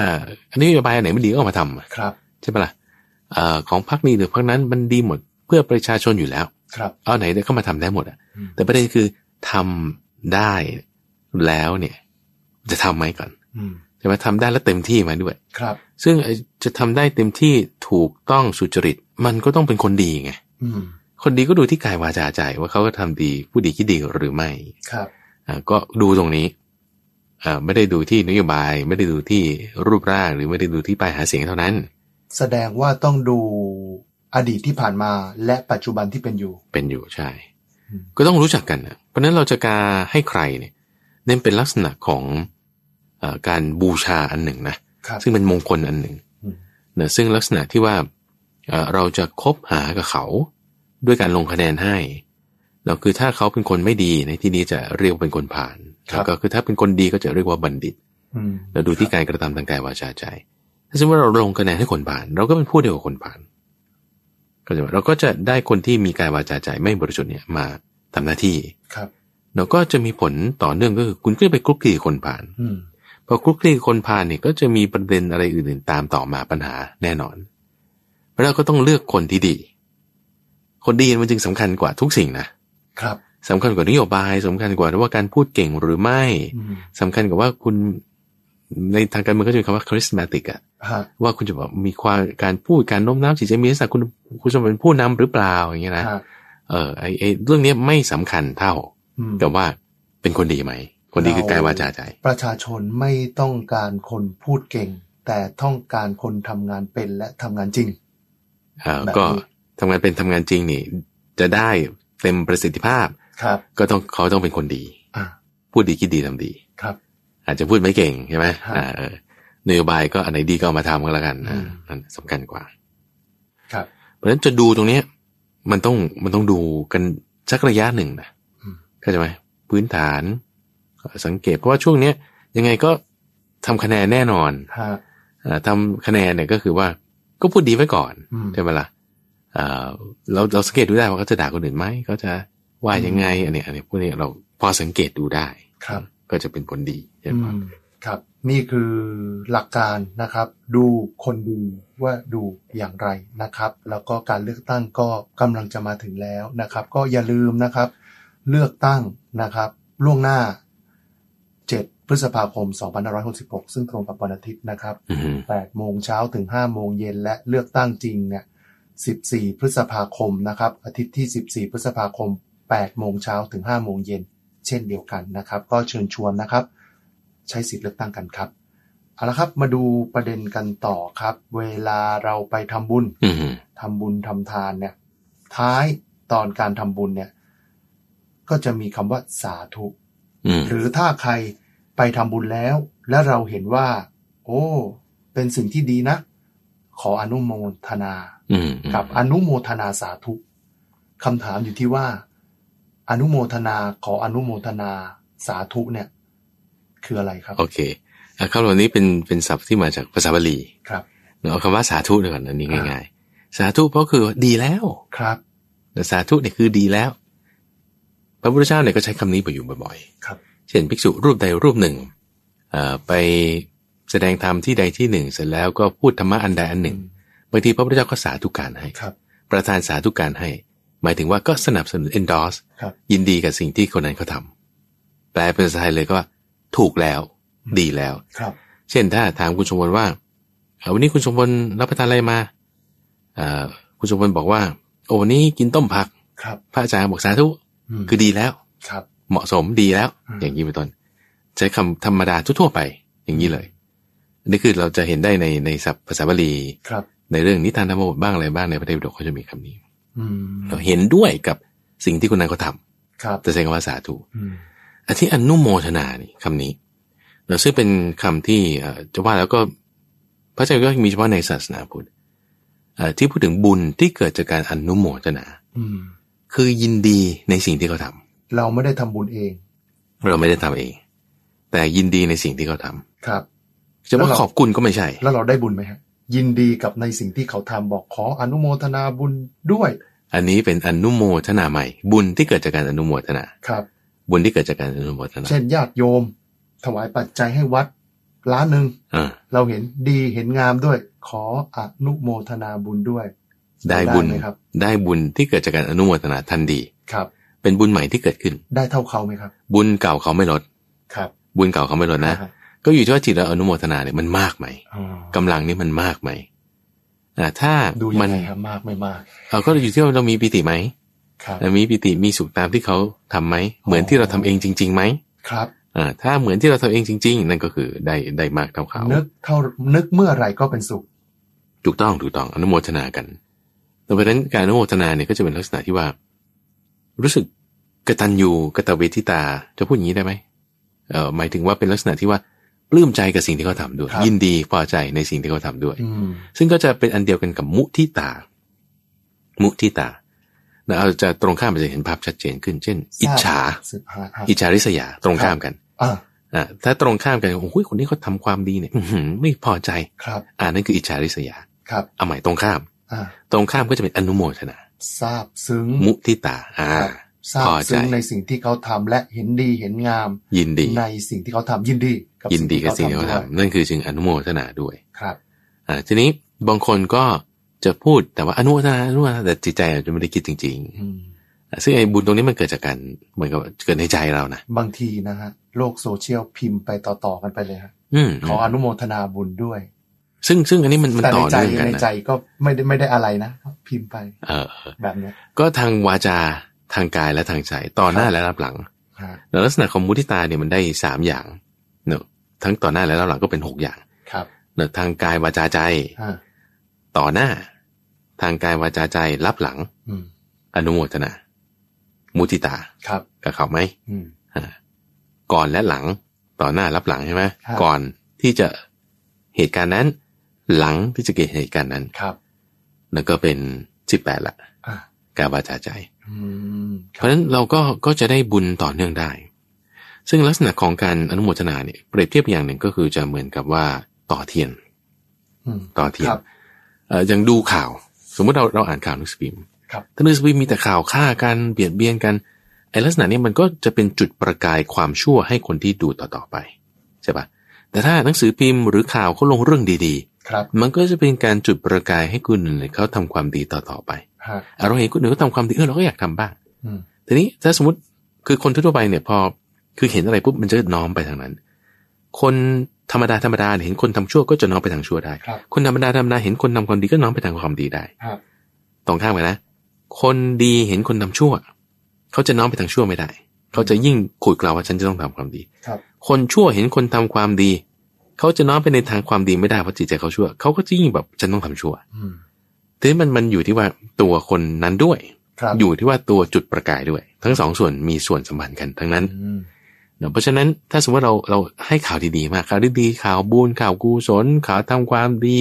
B: อันนี้นโยบายอันไหนไม่ดีก็เอามาทำอะ
A: ครับ
B: ใช่ปะล่ะเอ่อของพรรคนี้หรือพรรคนั้นมันดีหมดเพื่อประชาชนอยู่แล้ว
A: ครับ
B: เอาไหนก็มาทำได้หมดอะ
A: อืม
B: แต่ประเด็นคือทำได้แล้วเนี่ย จะทำไหมก่อน
A: อืม
B: ใช่ไหมทำได้แล้วเต็มที่ไหมาด้วย
A: ครับ
B: ซึ่งไอ้จะทำได้เต็มที่ถูกต้องสุจริต มันก็ต้องเป็นคนดีไง
A: อืม
B: คนดีก็ดูที่กายวาจาใจว่าเขาก็ทำดีผู้ดีคิดดีหรือไม่
A: ครับ
B: อ่าก็ดูตรงนี้อ่าไม่ได้ดูที่นโยบาย ไม่ได้ดูที่รูปร่างหรือไม่ได้ดูที่ป้ายหาเสียงเท่านั้น
A: แสดงว่าต้องดูอดีตที่ผ่านมาและปัจจุบันที่เป็นอยู่
B: เป็นอยู่ใช่
A: อืม
B: ก็ต้องรู้จักกันนะเพราะฉะนั้นเราจะการให้ใครเนี่ยเน้นเป็นลักษณะของเออการบูชาอันหนึ่งนะครับ ซึ่งเป็นมงคลอันหนึ่ง
A: อืม
B: นะซึ่งลักษณะที่ว่าเอ่อเราจะคบหากับเขาด้วยการลงคะแนนให้เราคือถ้าเขาเป็นคนไม่ดีในที่นี้จะเรียกว่าเป็นคนผ่านแล้วก็คือถ้าเป็นคนดีก็จะเรียกว่าบัณฑิต
A: อืม
B: เราดูที่การกระทำทางกายวาจาใจ ถ้าสมมติว่าเราลงคะแนนให้คนผ่าน เราก็เป็นผู้เดียวกับคนผ่านก็จะเราก็จะได้คนที่มีกายวาจาใจไม่บริสุทธิ์เนี่ยมาทำหน้าที่
A: ครับ
B: เราก็จะมีผลต่อเนื่องก็คือคุณก็จะไปคลุกคลีกับคนผ่าน
A: อืม
B: พอคลุกคลีกับคนผ่านเนี่ยก็จะมีประเด็นอะไรอื่นๆตามต่อมาปัญหาแน่นอน เพราะเราก็ต้องเลือกคนที่ดี คนดีมันจึงสำคัญกว่าทุกสิ่งนะครับ สำคัญกว่านโยบายสำคัญกว่าว่าการพูดเก่งหรือไม่
A: อืม
B: สำคัญกับว่าคุณในทางการเมืองก็จะมีคำว่า charismatic อะ
A: ฮะ
B: ว่าคุณจะแบบมีความการพูดการโน้มน้าวจิตใจมีลักษณะคุณคุณจะเป็นผู้นำหรือเปล่าอย่างเงี้ยนะ
A: ฮะ
B: เออไอไอเรื่องเนี้ยไม่สำคัญเท่า
A: อืม
B: กับว่าเป็นคนดีไหม คนดีคือกายวาจาใจ
A: ประชาชนไม่ต้องการคนพูดเก่ง แต่ต้องการคนทำงานเป็นและทำงานจริง
B: เออก็ทำงานเป็นทำงานจริงนี่ จะได้เต็มประสิทธิภาพ
A: ครับ
B: ก็ต้องเขาต้องเป็นคนดี
A: อ่า
B: พูดดีคิดดีทำดี
A: ครับ
B: อาจจะพูดไม่เก่งใช่ไหม
A: ครับ
B: อ่าเออนโยบายก็อันไหนดีก็เอามาทำก็แล้วกัน
A: อื
B: นะ
A: ม
B: นั่นสำคัญกว่า
A: ครับ
B: เพราะฉะนั้นจะดูตรงเนี้ยมันต้องมันต้องดูกันสักระยะหนึ่งนะ
A: อืม
B: เข้าใจไหมพื้นฐานเอ่อสังเกตเพราะว่าช่วงเนี้ยยังไงก็ทำคะแนนแน่นอน
A: ฮะ
B: เอ่อทำคะแนนเนี่ยก็คือว่าก็พูดดีไว้ก่อน
A: อืม
B: ใช่ไหมล่ะเอ่อเราเราสังเกตดูได้ว่าเขาจะด่าคนอื่นไหมเขาจะว่ายังไงอันเนี้ยอันเนี้ยพวกนี้เราพอสังเกตดูได้
A: ครับ
B: ก็จะเป็นผลดีใช่ไหมครับ
A: อืมครับ นี่คือหลักการนะครับ ดูคนดูว่าดูอย่างไรนะครับ แล้วก็การเลือกตั้งก็กำลังจะมาถึงแล้วนะครับ ก็อย่าลืมนะครับ เลือกตั้งนะครับ ล่วงหน้า 7 พฤษภาคม 2566 ซึ่งตรงกับวันอาทิตย์นะครับ
B: อืม
A: 8โมงเช้าถึง5โมงเย็นและเลือกตั้งจริงเนี่ย14 พฤษภาคมนะครับ อาทิตย์ที่ 14 พฤษภาคม8โมงเช้าถึง5โมงเย็นเช่นเดียวกันนะครับ ก็เชิญชวนนะครับ ใช้สิทธิ์เลือกตั้งกันครับเอาละครับมาดูประเด็นกันต่อครับ เวลาเราไปทำบุญ
B: อืม
A: ทำบุญทำทานเนี่ยท้ายตอนการทำบุญเนี่ยก็จะมีคำว่าสาธุ
B: อืม
A: หรือถ้าใครไปทำบุญแล้ว และเราเห็นว่า โอ้ เป็นสิ่งที่ดีนะ ขออนุโมทนา
B: อืม
A: กับอนุโมทนาสาธุคำถามอยู่ที่ว่า อนุโมทนาขออนุโมทนาสาธุเนี่ย คืออะไรครับ
B: โอเคอ่ะคำเหล่านี้เป็นเป็นศัพท์ที่มาจากภาษาบาลี
A: ครับ
B: เอาคำว่าสาธุดีกว่อนอันนี้ง่ายๆ สาธุเพราะคือดีแล้ว
A: ครับ
B: แต่สาธุเนี่ยคือดีแล้ว พระพุทธเจ้าเนี่ยก็ใช้คำนี้ไปอยู่บ่อยๆ
A: ครับ
B: เช่นภิกษุรูปใดรูปหนึ่งเอ่อไปแสดงธรรมที่ใดที่หนึ่ง เสร็จแล้วก็พูดธรรมะอันใดอันหนึ่งบางทีพระพุทธเจ้าก็สาธุการให้
A: ครับ
B: ประธานสาธุการให้ หมายถึงว่าก็สนับสนุน endorse
A: ครับ
B: ยินดีกับสิ่งที่คนนั้นเขาทำแปลเป็นภาษาไทยเลยก็ว่าถูกแล้ว ดีแล้ว
A: ครับ
B: เช่นถ้าถามคุณสมพลว่าเอ่อวันนี้คุณสมพลรับประทานอะไรมาเอ่อคุณสมพลบอกว่า โอ้วันนี้กินต้มผัก
A: ครับ
B: พระอาจารย์บอกสาธุ
A: ม
B: คือดีแล้ว
A: ครับ
B: เหมาะสมดีแล้ว
A: อืม
B: อย่างนี้เป็นต้นใช้คำธรรมดาทั่วๆไป อย่างนี้เลยอันนี่คือเราจะเห็นได้ในในศัพท์ภาษาบาลี
A: ครับ
B: ในเรื่องนิทานธรรมบทบ้างอะไรบ้างในพระไตรปิฎกเขาจะมีคำนี้
A: อืม
B: เราเห็นด้วยกับสิ่งที่คนนั้นเขาท
A: ครับ
B: ำแต่ใช้คำว่าสาธุ
A: อืม
B: อันที่อนุโมทนานี่คำนี้เนาะซึ่งเป็นคำที่เอ่อจะว่าแล้วก็พระเจ้าก็มีเฉพาะในศาสนาพุทธเอ่อที่พูดถึงบุญที่เกิดจากการอนุโมทนา
A: อืม
B: คือยินดีในสิ่งที่เขาท
A: เราไม่ได้ทำบุญเอง
B: ำเราไม่ได้ทำเอง แต่ยินดีในสิ่งที่เขาท
A: ครับ
B: ำจะว่า
A: แล้วเรา
B: ขอบคุณก็ไม่ใช่
A: แล้วเราได้บุญไหมฮะ ยินดีกับในสิ่งที่เขาทำบอกขออนุโมทนาบุญด้วย
B: อันนี้เป็นอนุโมทนาใหม่ บุญที่เกิดจากการอนุโมทนา
A: ครับ
B: บุญที่เกิดจากการอนุโมทนา
A: เช่นญาติโยม ถวายปัจจัยให้วัด ล้านหนึ่ง
B: อ่า
A: เราเห็นดีเห็นงามด้วย ขออนุโมทนาบุญด้วย
B: ได้บุญ
A: ไหมครับ
B: ได้บุญที่เกิดจากการอนุโมทนาทันดี
A: ครับ
B: เป็นบุญใหม่ที่เกิดขึ้น
A: ได้เท่าเขาไหมครับ
B: บุญเก่าเขาไม่ลด
A: ครับ
B: บุญเก่าเขาไม่ลดนะ
A: อ่าฮ
B: ก็อยู่ที่ว่าจิตเราอนุโมทนาเนี่ยมันมากไหม
A: อ๋อก
B: ำลังนี่มันมากไหมอ่าถ้า
A: ดูยั
B: มั
A: งไงครับมากไม่มาก
B: เอาก็อยู่ที่ว่าเรามีปิติไหม
A: ครับ
B: อ่ามีปิติมีสุขตามที่เขาทำไหมเหมือนที่เราทำเองจริงๆไหม
A: ครับ
B: อ่าถ้าเหมือนที่เราทำเองจริง ๆ นั่นก็คือได้ได้มากเท่าเขา
A: นึกเท่านึกเมื่อไหร่ก็เป็นสุข
B: ถูกต้องถูกต้องอนุโมทนากันดังนั้นการอนุโมทนาเนี่ยก็จะเป็นลักษณะที่ว่า รู้สึกกตัญญูกตเวทิตาจะพูดอย่างนี้ได้ไหมเอ่อหมายถึงว่าเป็นลักษณะที่ว่าปลื้มใจกับสิ่งที่เขาทำด้วย
A: ครับ
B: ยินดีพอใจในสิ่งที่เขาทำด้วย
A: อืม
B: ซึ่งก็จะเป็นอันเดียวกันกับมุทิตา มุทิตานะเราจะตรงข้ามไปจะเห็นภาพชัดเจนขึ้น เช่น
A: ทราบ
B: อิจฉา
A: สิบห้า
B: อิจฉาริษยา ตรงข้ามกัน
A: อ่า
B: อ่ะถ้าตรงข้ามกันโอ้ยคนนี้เขาทำความดีเนี่ย อื้อหือไม่พอใจ
A: ครับ
B: อ่านั่นคืออิจฉาริษยา
A: ครับ
B: เอาใหม่ตรงข้าม
A: อ่า
B: ตรงข้ามก็จะเป็นอนุโมทนา
A: ทราบซึ้ง
B: มุทิตา อ่า
A: ครับ ทราบ
B: พอใจ
A: ซึ้งในสิ่งที่เขาทำและเห็นดีเห็นงาม
B: ยินดี
A: ในสิ่งที่เขาทำยินดีกับ
B: ยินดีกับสิ่งที่
A: เขา
B: เขา
A: ทำด้วย
B: ทำนั่นคือจึงอนุโมทนาด้วย
A: ครับ
B: อ่า ทีนี้บางคนก็จะพูดแต่ว่าอนุโมทนาอนุโมทนาแต่จิตใจอาจจะไม่ได้คิดจริง ๆ
A: อืม
B: อ่ะซึ่งไอ้บุญตรงนี้มันเกิดจากการเหมือนกับเกิดในใจเรานะ
A: บางทีนะฮะโลกโซเชียลพิมพ์ไปต่อๆกันไปเลยฮะ
B: อืม
A: ขออนุโมทนาบุญด้วย
B: ซึ่งซึ่งอันนี้มันมัน
A: แต่
B: ต่
A: ใน
B: อ
A: ใจ
B: เนื่องกัน
A: ใน
B: นะ
A: ใจก็ไม่ได้ไม่ได้อะไรนะ พิมพ์ไป
B: เออเออ
A: แบบเนี้ย
B: ก็ทางวาจาทางกายและทางใจต่อหน้าและรับหลัง
A: ฮะ
B: แล้วลักษณะของมุทิตาเนี่ยมันได้สามอย่างเนอะทั้งต่อหน้าและรับหลังก็เป็นหกอย่าง
A: ครับ
B: เนอะทางกายวาจาใจ
A: อ่า
B: ต่อหน้า ทางกายวาจาใจรับหลัง
A: อืม
B: อนุโมทนา มุทิตา
A: ครับ
B: กับเขาไหม
A: อืม
B: อ่าก่อนและหลังต่อหน้ารับหลังใช่ไหม
A: ครับ
B: ก่อนที่จะเหตุการณ์นั้น หลังที่จะเกิดเหตุการณ์นั้น
A: ครับ
B: แล้วก็เป็นสิบแปดละ
A: อ่าก
B: าบาจาใจ
A: อืม
B: เพราะฉะนั้นเราก็ก็จะได้บุญต่อเนื่องได้ ซึ่งลักษณะของการอนุโมทนาเนี่ยเปรียบเทียบอย่างหนึ่งก็คือจะเหมือนกับว่าต่อเทียน
A: อืม
B: ต่อเทียน
A: ครับ
B: เอ่ออย่างดูข่าว สมมติเราเราอ่านข่าวหนังสือพิมพ์
A: ครับ
B: ถ้าหนังสือพิมพ์มีแต่ข่าวฆ่ากันเบียดเบียนกันไอ้ลักษณะเนี้มันก็จะเป็นจุดประกายความชั่วให้คนที่ดูต่อๆไปใช่ปะแต่ถ้าหนังสือพิมพ์หรือข่าวเขาลงเรื่องดี
A: ครับ
B: ๆ มันก็จะเป็นการจุดประกายให้คนอื่นเขาทำความดีต่อๆไป
A: ฮะ
B: อ่ะเราเห็นคนอื่นเขาทำความดีเออเราก็อยากทำบ้าง
A: อืม
B: ทีนี้ถ้าสมมติคือคนทั่วๆไปเนี่ยพอคือเห็นอะไรปุ๊บมันจะน้อมไปทางนั้น คนธรรมดาธรรมดาเนี่ยเห็นคนทำชั่วก็จะน้อมไปทางชั่วได้
A: ครับ
B: คนธรรมดาธรรมดาเห็นคนทำความดีก็น้อมไปทางความดีได้
A: ฮะ
B: ตรงข้ามกันนะ คนดีเห็นคนทำชั่ว เขาจะน้อมไปทางชั่วไม่ได้ เขาจะยิ่งขุดกล่าวว่าฉันจะต้องทำความดี
A: ครับ
B: คนชั่วเห็นคนทำความดี เขาจะน้อมไปในทางความดีไม่ได้เพราะจิตใจเขาชั่ว เขาก็จะยิ่งแบบฉันต้องทำชั่ว
A: อืม
B: ทีนี้มันมันอยู่ที่ว่าตัวคนนั้นด้วย
A: ครับ
B: อยู่ที่ว่าตัวจุดประกายด้วย ทั้งสองส่วนมีส่วนสัมพันธ์กันทั้งนั้น
A: อืม
B: เนอะเพราะฉะนั้นถ้าสมมติว่าเราเราให้ข่าวดีๆมากข่าวดีๆข่าวบุญข่าวกุศลข่าวทำความดี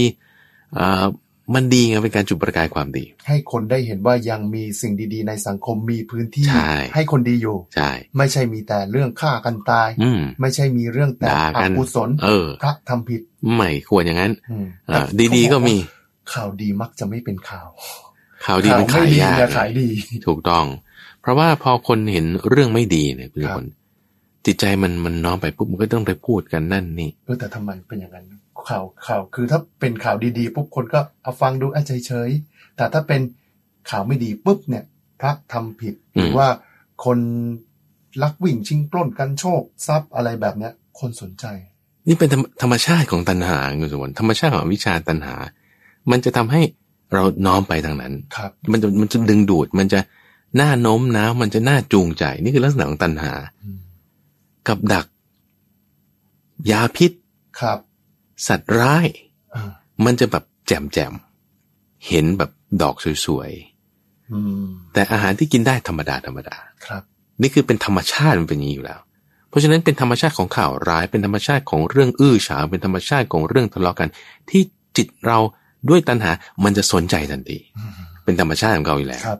B: อ่ามันดีไงเป็นการจุดประกายความดี
A: ให้คนได้เห็นว่ายังมีสิ่งดีๆ ในสังคมมีพื้นที่
B: ใช่
A: ให้คนดีอยู่
B: ใช่
A: ไม่ใช่มีแต่เรื่องฆ่ากันตาย
B: อืม
A: ไม่ใช่มีเรื่องแต่
B: ด่า
A: อ
B: กัน
A: กุศล
B: เออ
A: พระทำผิด
B: ไม่ควรอย่างนั้น
A: อืม
B: อ่า
A: แต่
B: ดีๆก็มี
A: ข่าวดีมักจะไม่เป็นข่าว
B: ข่าวดีมัน
A: ข่
B: ขา
A: วย ไม่ดี
B: ยาก
A: แต่ขายดี
B: ถูกต้อง เพราะว่าพอคนเห็นเรื่องไม่ดีเนี่ยคือ
A: ครับ
B: คนจิตใจมันมันน้อมไปปุ๊บมันก็ต้องไปพูดกันนั่นนี่
A: เออแต่ทำไมเป็นอย่างนั้นข่าวข่าวคือถ้าเป็นข่าวดีๆปุ๊บคนก็เอาฟังดูเฉยเฉยๆแต่ถ้าเป็นข่าวไม่ดีปุ๊บเนี่ยพระทำผิดห
B: อืม
A: รือว่าคนลักวิ่งชิงปล้นกันโชคทรัพย์อะไรแบบเนี้ย คนสนใจ
B: นี่เป็นธรรมธรรมชาติของตัณหาคุณสมบัติธรรมชาติของอวิชชาตัณหา มันจะทำให้เราน้อมไปทางนั้น
A: ครับ
B: มันจะมันจะดึงดูด มันจะหน้าโน้มน้าว มันจะหน้าจูงใจ นี่คือลักษณะของตัณหา
A: อืม
B: กับดัก ยาพิษ
A: ครับ
B: สัตว์ร้าย
A: อ่า
B: มันจะแบบแจมแจมๆเห็นแบบดอกสวย
A: อืม
B: ๆ แต่อาหารที่กินได้ธรรมดาธรรมดา
A: ครับ
B: นี่คือเป็นธรรมชาติมันเป็นอย่างนี้อยู่แล้ว เพราะฉะนั้นเป็นธรรมชาติของข่าวร้ายเป็นธรรมชาติของเรื่องอื้อฉาวเป็นธรรมชาติของเรื่องทะเลาะกัน ที่จิตเราด้วยตัณหา มันจะสนใจทันที
A: อืม
B: เป็นธรรมชาติของเราอยู่แล้ว
A: ครับ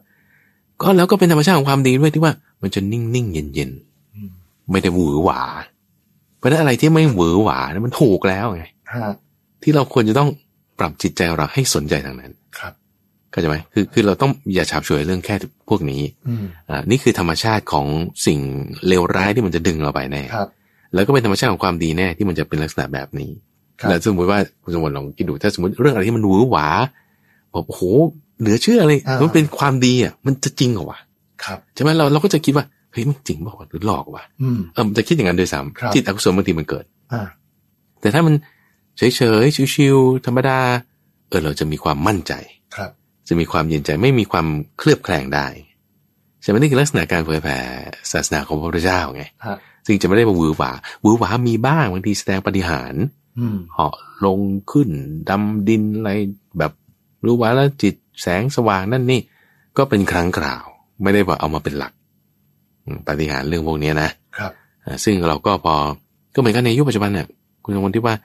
B: ก็แล้วก็เป็นธรรมชาติของความดีด้วยที่ว่ามันจะนิ่งนิ่งๆเย็นเย็น
A: อืม
B: ๆไม่ได้หวือหวา เพราะฉะนั้นอะไรที่ไม่หวือหวานะมันถูกแล้วไง
A: ฮะ
B: ที่เราควรจะต้องปรับจิตใจเราให้สนใจทางนั้น
A: ครับ
B: เข้าใจไหมคือคือเราต้องอย่าฉาบฉวยเรื่องแค่พวกนี้
A: อืม
B: อ่านี่คือธรรมชาติของสิ่งเลวร้ายที่มันจะดึงเราไปแน่
A: ครับ
B: แล้วก็เป็นธรรมชาติของความดีแน่ที่มันจะเป็นลักษณะแบบนี้
A: ครับ
B: แล้วสมมติว่าคุณสมบัติลองคิดดูถ้าสมมติเรื่องอะไรที่มันหวือหวาบอกโอ้โหเหลือเชื่อเลย
A: อ่า
B: แล้วมันเป็นความดีอ่ะมันจะจริงเหรอวะ
A: ครับ
B: ใช่ไหมเราเราก็จะคิดว่าเฮ้ยมันจริงบอกหรือหลอกวะ
A: อืม
B: เออมันจะคิดอย่างนั้นโดวย
A: ครับ
B: ซ้ำจิตอกุศลบางทีมันเกิด
A: อ่า
B: แต่ถ้ามันเฉยๆชิวๆธรรมดาเออเราจะมีความมั่นใจ
A: ครับ
B: จะมีความเย็นใจไม่มีความเคลือบแคลงได้ใช่ไหมนี่คือลักษณะการเผยแผ่ศาสนาของพระพุทธเจ้าไง
A: ฮะ
B: ซึ่งจะไม่ได้มาหวือหวาหวือหวามีบ้างบางทีแสดงปฏิหารย์
A: อืม
B: เหาะลงขึ้นดำดินอะไรแบบหรู้ว่าแล้วจิตแสงสว่างนั่นนี่ ก็เป็นครั้งคราว ไม่ได้ว่าเอามาเป็นหลักอืมปฏิหารย์เรื่องพวกเนี้ยนะ
A: ครับ
B: อ่าซึ่งเราก็พอก็เหมือนกันในยุคปัจจุบันเนี่ยคุณสมวนที่ว่า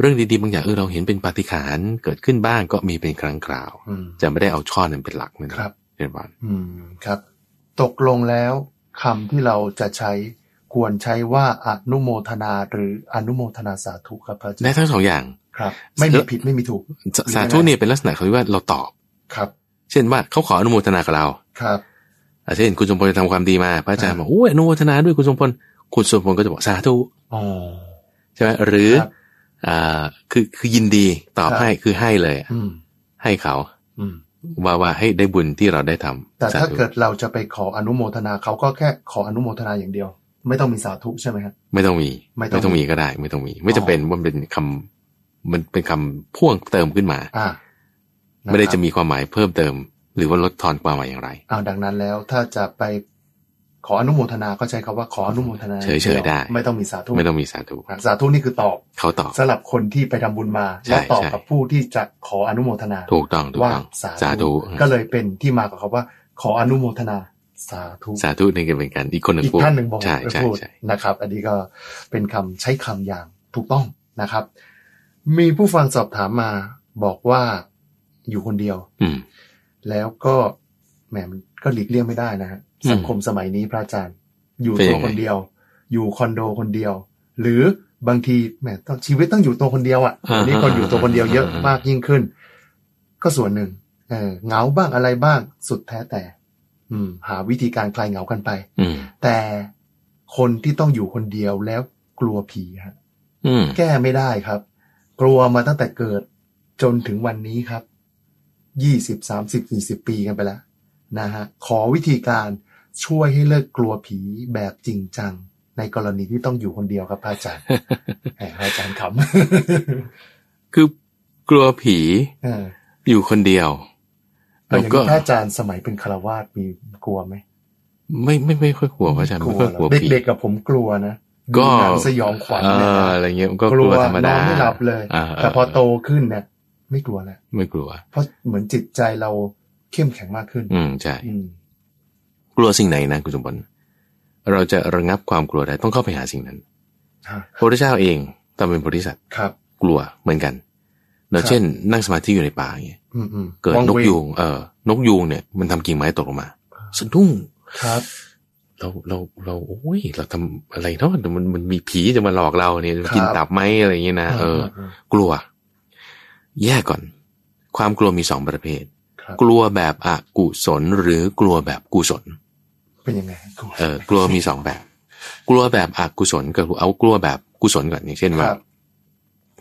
B: เรื่องดีๆบางอย่างเออเราเห็นเป็นปาฏิหาริย์เกิดขึ้นบ้างก็มีเป็นครั้งคราว
A: อืม
B: จะไม่ได้เอาช่อนั้นเป็นหลักนั่นเอง
A: ครับ
B: เรียนวัน
A: อืม ครับ ตกลงแล้วคำที่เราจะใช้ควรใช้ว่าอนุโมทนาหรืออนุโมทนาสาธุครับพระอาจาร
B: ได้
A: ย์
B: ทั้งสองอย่าง
A: ครับ ไม่มีผิดไม่มีถูก
B: สสาธุเนี่ยเป็นลักษณะเขาที่ว่าเราตอบ
A: ครับ
B: เช่นว่าเขาขออนุโมทนากับเรา
A: ครับ
B: อ่ะเช่นคุณสมพลจะทำความดีมาพระอาจารย์
A: อ่า
B: บอกโอ้ยอนุโมทนาด้วยคุณสมพลคุณสมพลก็จะบอกสาธุ
A: อ๋อ
B: ใช่ไหมหรือ
A: ครับ
B: อ่าคือคือยินดีตอบ
A: ครับ
B: ให้คือให้เลย
A: อืม
B: ให้เขา
A: อืม
B: ว่าว่าให้ได้บุญที่เราได้ทำ
A: แต่
B: ส
A: ถ้า
B: ธุ
A: เกิดเราจะไปขออนุโมทนาเขาก็แค่ขออนุโมทนาอย่างเดียว ไม่ต้องมีสาธุใช่ไหมครับ
B: ไม่ต้องมี
A: ไม่ต้อง
B: มีก็ได้ ไม่ต้องมี ไม่จำเป็นว่ามันเป็นคำมันเป็นคำพ่วงเติมขึ้นมา
A: อ่า
B: ไม่ได้
A: นครับ
B: จะมีความหมายเพิ่มเติม หรือว่าลดทอนความหมายอย่างไร
A: อ่าดังนั้นแล้วถ้าจะไปขออนุโมทนาก็ใช้คำว่าขออนุโมทนา
B: เฉยๆ
A: างว
B: ได้
A: ไม่ต้องมีสาธุ
B: ไม่ต้องมีสาธุ
A: อ่ะสาธุนี่คือตอบ
B: เขาตอบ
A: สำหรับคนที่ไปทำบุญมา
B: ใช่
A: แล้วตอบ
B: ใช่
A: กับผู้ที่จะขออนุโมทนา
B: ถูกต้องถูก
A: ว่า
B: ต้อง
A: สาธุ
B: สาธุ
A: ก็เลยเป็นที่มาของคำว่า ขออนุโมทนาสาธุ
B: สาธุนี่ก็เป็นกันอีกคนหนึ่ง
A: อีก
B: พูด
A: ท่านหนึ่งบอก
B: ใช่ใช่
A: พูด
B: ใช่
A: นะครับ อันนี้ก็เป็นคำใช้คำอย่างถูกต้องนะครับ มีผู้ฟังสอบถามมาบอกว่าอยู่คนเดียว
B: อืม
A: แล้วก็แหมมันก็หลีกเลี่ยงไม่ได้นะฮะ
B: อืม
A: สังคมสมัยนี้พระอาจารย์ อยู่
B: เป็น
A: ตั
B: ยั
A: ว
B: งไง
A: คนเดียว อยู่คอนโดคนเดียว หรือบางทีแหมต้องชีวิตต้องอยู่ตัวคนเดียวอ่ะ
B: อ่า
A: วันนี้คนอยู่ตัวคนเดียวเยอะ
B: อ่า
A: มากยิ่งขึ้น ก็ส่วนหนึ่งเออเหงาบ้างอะไรบ้างสุดแท้แต่ อืม หาวิธีการคลายเหงากันไป
B: อืม
A: แต่คนที่ต้องอยู่คนเดียวแล้วกลัวผีฮะ
B: อืม
A: แก้ไม่ได้ครับ กลัวมาตั้งแต่เกิดจนถึงวันนี้ครับยี่สิบสามสิบสี่สิบปีกันไปแล้วนะฮะขอวิธีการช่วยให้เลิกกลัวผีแบบจริงจัง ในกรณีที่ต้องอยู่คนเดียวครับพระอาจารย์ <laughs> แหมพระอาจารย์ขำ <laughs>
B: <laughs> คือกลัวผี
A: เออ
B: อยู่คนเดียว
A: แต่
B: แล้
A: อ
B: ว
A: ย่าง
B: ก็
A: นี้พระอาจารย์สมัยเป็นคารวาสถ์มีกลัวไหม
B: ไม่ไม่ไม่ค่อยกลัวพระอาจารย์ไม่ค่อย
A: เหร
B: กลัว
A: อ
B: ผี
A: เด็กๆกับผมกลัวนะดู
B: ก็
A: หนังสยองขวัญ
B: เอ
A: เนี่ย
B: อ
A: นะ
B: อะไรเงี้ยก็
A: ก
B: ก
A: ลั
B: ลั
A: ว
B: วธรรม
A: น
B: ดา
A: อนไม่หลับเลย
B: อ่า
A: แต่พอโตขึ้นเนี่ยไม่กลัวแล้ว
B: ไม่กลัว
A: เพราะเหมือนจิตใจเราเข้มแข็งมากขึ้น
B: อืมใช่
A: อืม
B: กลัวสิ่งไหนนะคุณสมบัติเราจะระงับความกลัวได้ต้องเข้าไปหาสิ่งนั้น
A: ฮะ
B: พระพุทธเจ้าเองตอนเป็นโพธิสัตว์
A: ครับ
B: กลัวเหมือนกันเน
A: ค
B: อะ
A: รับ
B: เช่น นั่งสมาธิอยู่ในป่าอย่างเงี้ย
A: อืมอืม
B: เกิด
A: วัง
B: นก
A: เวง
B: ยูงเออนกยูงเนี่ยมันทำกิ่งไม้ตกลงมาสะดุ้ง
A: ครับ
B: เราเราเราโอ้ยเราทำอะไรเนาะเดี๋ยวมันมันมีผีจะมาหลอกเราเนี่ย
A: ครับ
B: กินตับไหมอะไรอย่างเงี้ยนะเออ กลัว แยกก่อน ความกลัวมีสองประเภท
A: ครับ
B: กลัวแบบอกุศลหรือกลัวแบบกุศล
A: เป็นยังไงกลัว
B: เออกลัวมีสองแบบ กลัวแบบอกุศลกับเอากลัวแบบกุศลก่อนอย่างเช่น
A: ค
B: ว่า
A: รับ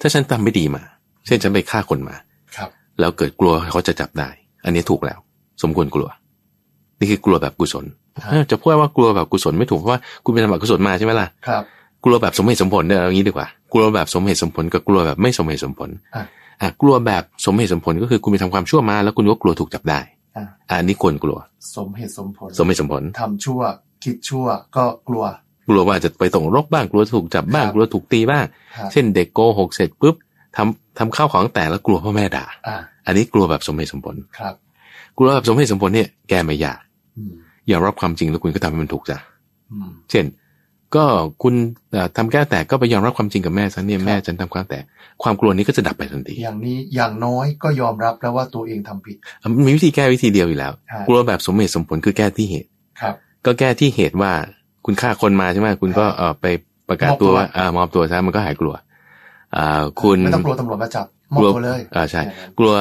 B: ถ้าฉันทำไม่ดีมา เช่นฉันไปฆ่าคนมา
A: ครับ
B: แล้วเกิดกลัวเขาจะจับได้ อันนี้ถูกแล้ว สมควรกลัว นี่คือกลัวแบบกุศลเอ้าจะพูดว่ากลัวแบบกุศลไม่ถูกเพราะว่าคุณเป็นทำอกุศลมาใช่ไหมล่ะ
A: ครับ
B: กลัวแบบสมเหตุสมผลเนี่ยเอางี้ดีกว่ากลัวแบบสมเหตุสมผลกับกลัวแบบไม่สมเหตุสมผล
A: อ่ะ
B: อ่ะกลัวแบบสมเหตุสมผลก็คือคุณไปทำความชั่วมาแล้วคุณก็กลัวถูกจับได้
A: อ่ะ
B: อะอันนี้ควรกลัว
A: สมเหตุสมผล
B: สมเหตุสมผล
A: ทำชั่ว คิดชั่วก็กลัว
B: กลัวว่าจะไปตกรกบ้างกลัวถูกจับบ้าง
A: ครับ
B: กลัวถูกตีบ้าง
A: ฮะ
B: เช่นเด็กโกหกเสร็จปุ๊บทำทำข้าวของแต่แล้วกลัวพ่อแม่ด่า
A: อ่า
B: อันนี้กลัวแบบสมเหตุสมผล
A: ครับ
B: กลัวแบบสมเหตุสมผลเนี่ยแกไม่อยาก
A: อืม
B: ยอมรับความจริงแล้วคุณก็ทำให้มันถูกจ้ะ
A: อืม
B: เช่น ก็คุณเอ่อทำแก้วแตกก็ไปยอมรับความจริงกับแม่ฉันเนี่
A: ค
B: ย
A: รับ
B: แม่ฉันทำแก้วแตกความกลัวนี้ก็จะดับไปทันที
A: อย่างนี้อย่างน้อยก็ยอมรับแล้วว่าตัวเองทำผิด
B: อ่ะมันมีวิธีแก้วิธีเดียวอยู่แล้ว
A: ครับ
B: กลัวแบบสมเหตุสมผลคือแก้ที่เหตุ
A: ครับ
B: ก็แก้ที่เหตุว่าคุณฆ่าคนมาใช่ไหมคุณก็เออไปประกาศ
A: มอบตั
B: ตัว วว่าอ่ามอบตัวซะมันก็หายกลัวอ่าคุณ
A: ไม่ต้องกลัวตำรวจมาจับมอบตัวเลย
B: อ่าใช่
A: ย่งนั้น
B: กลัว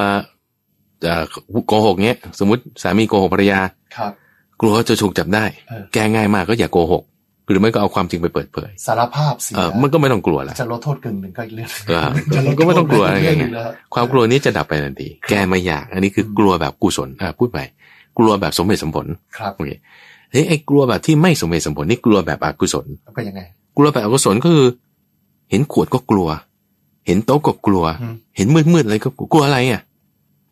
B: เอ่อโกหกเนี้ย สมมติสามีโกหกภรรยา
A: ครับ
B: กลัวจะถูกจับได้
A: เออ
B: แก้ง่ายมากก็อย่าโกหก หรือไม่ก็เอาความจริงไปเปิดเผย
A: สารภาพเสีย
B: เออมันก็ไม่ต้องกลัวละ
A: จะลดโทษกึ่งหนึ่งก็อีกเรื่องหนึ่ง
B: เออ
A: จะลด
B: ก็ไม่ต้องกลัวอะไรอย่างเงี้
A: โท
B: ย
A: ษกึ่หนึ่แ
B: ความกลัวนี้จะดับไปทันที แก้ไม่ยาก อันนี้คือกลัวแบบกุศลอ่าพูดไป กลัวแบบสมเหตุสมผล
A: ครับ
B: โอเคเฮ้ยไอ้กลัวแบบที่ไม่สมเหตุสมผลนี่กลัวแบบอกุศล
A: แล้วเป็นยังไง
B: กลัวแบบอกุศลก็คือ เห็นขวดก็กลัว เห็นโต๊ะก็กลัว
A: อืม
B: เห็นมืดๆอะไรก็กลัวกลัวอะไรอ่ะ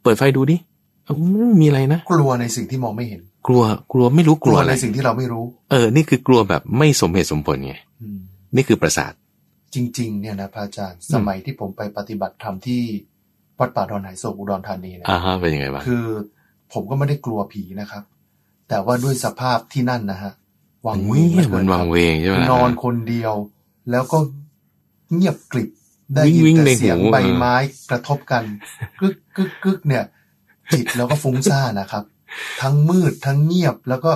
B: เปิดไฟดูดิเอ้าไม่มีอะไรนะ
A: กลัวในสิ่งที่มองไม่เห็น
B: กลัว กลัวไม่รู้
A: ก
B: ก
A: ลั
B: ลั
A: ว
B: วอะ
A: ใน
B: ไร
A: สิ่งที่เราไม่รู้
B: เออ นี่คือกลัวแบบไม่สมเหตุสมผลไง
A: อืม
B: นี่คือประสาท
A: จริง ๆ เนี่ยนะพระอาจารย์
B: อืม
A: สมัยที่ผมไปปฏิบัติธรรมที่วัดป่าดอนหายโศกอุดรธานีเนะ
B: อ่าฮะเป็นยังไงบ้าง
A: คือผมก็ไม่ได้กลัวผีนะครับ แต่ว่าด้วยสภาพที่นั่นนะฮะวังเวง
B: เงียบมันวางเวงใช่ไหมล่ะ
A: นอนคนเดียว แล้วก็เงียบกริบได้ยิ
B: วิ่
A: น
B: งๆ
A: แต่
B: ในหู
A: เสียงใบ
B: เออ
A: ไม้กระทบกันกึกกึกกึกเนี่ย จิตเราก็ฟุ้งซ่านนะครับ ทั้งมืดทั้งเงียบแล้วก็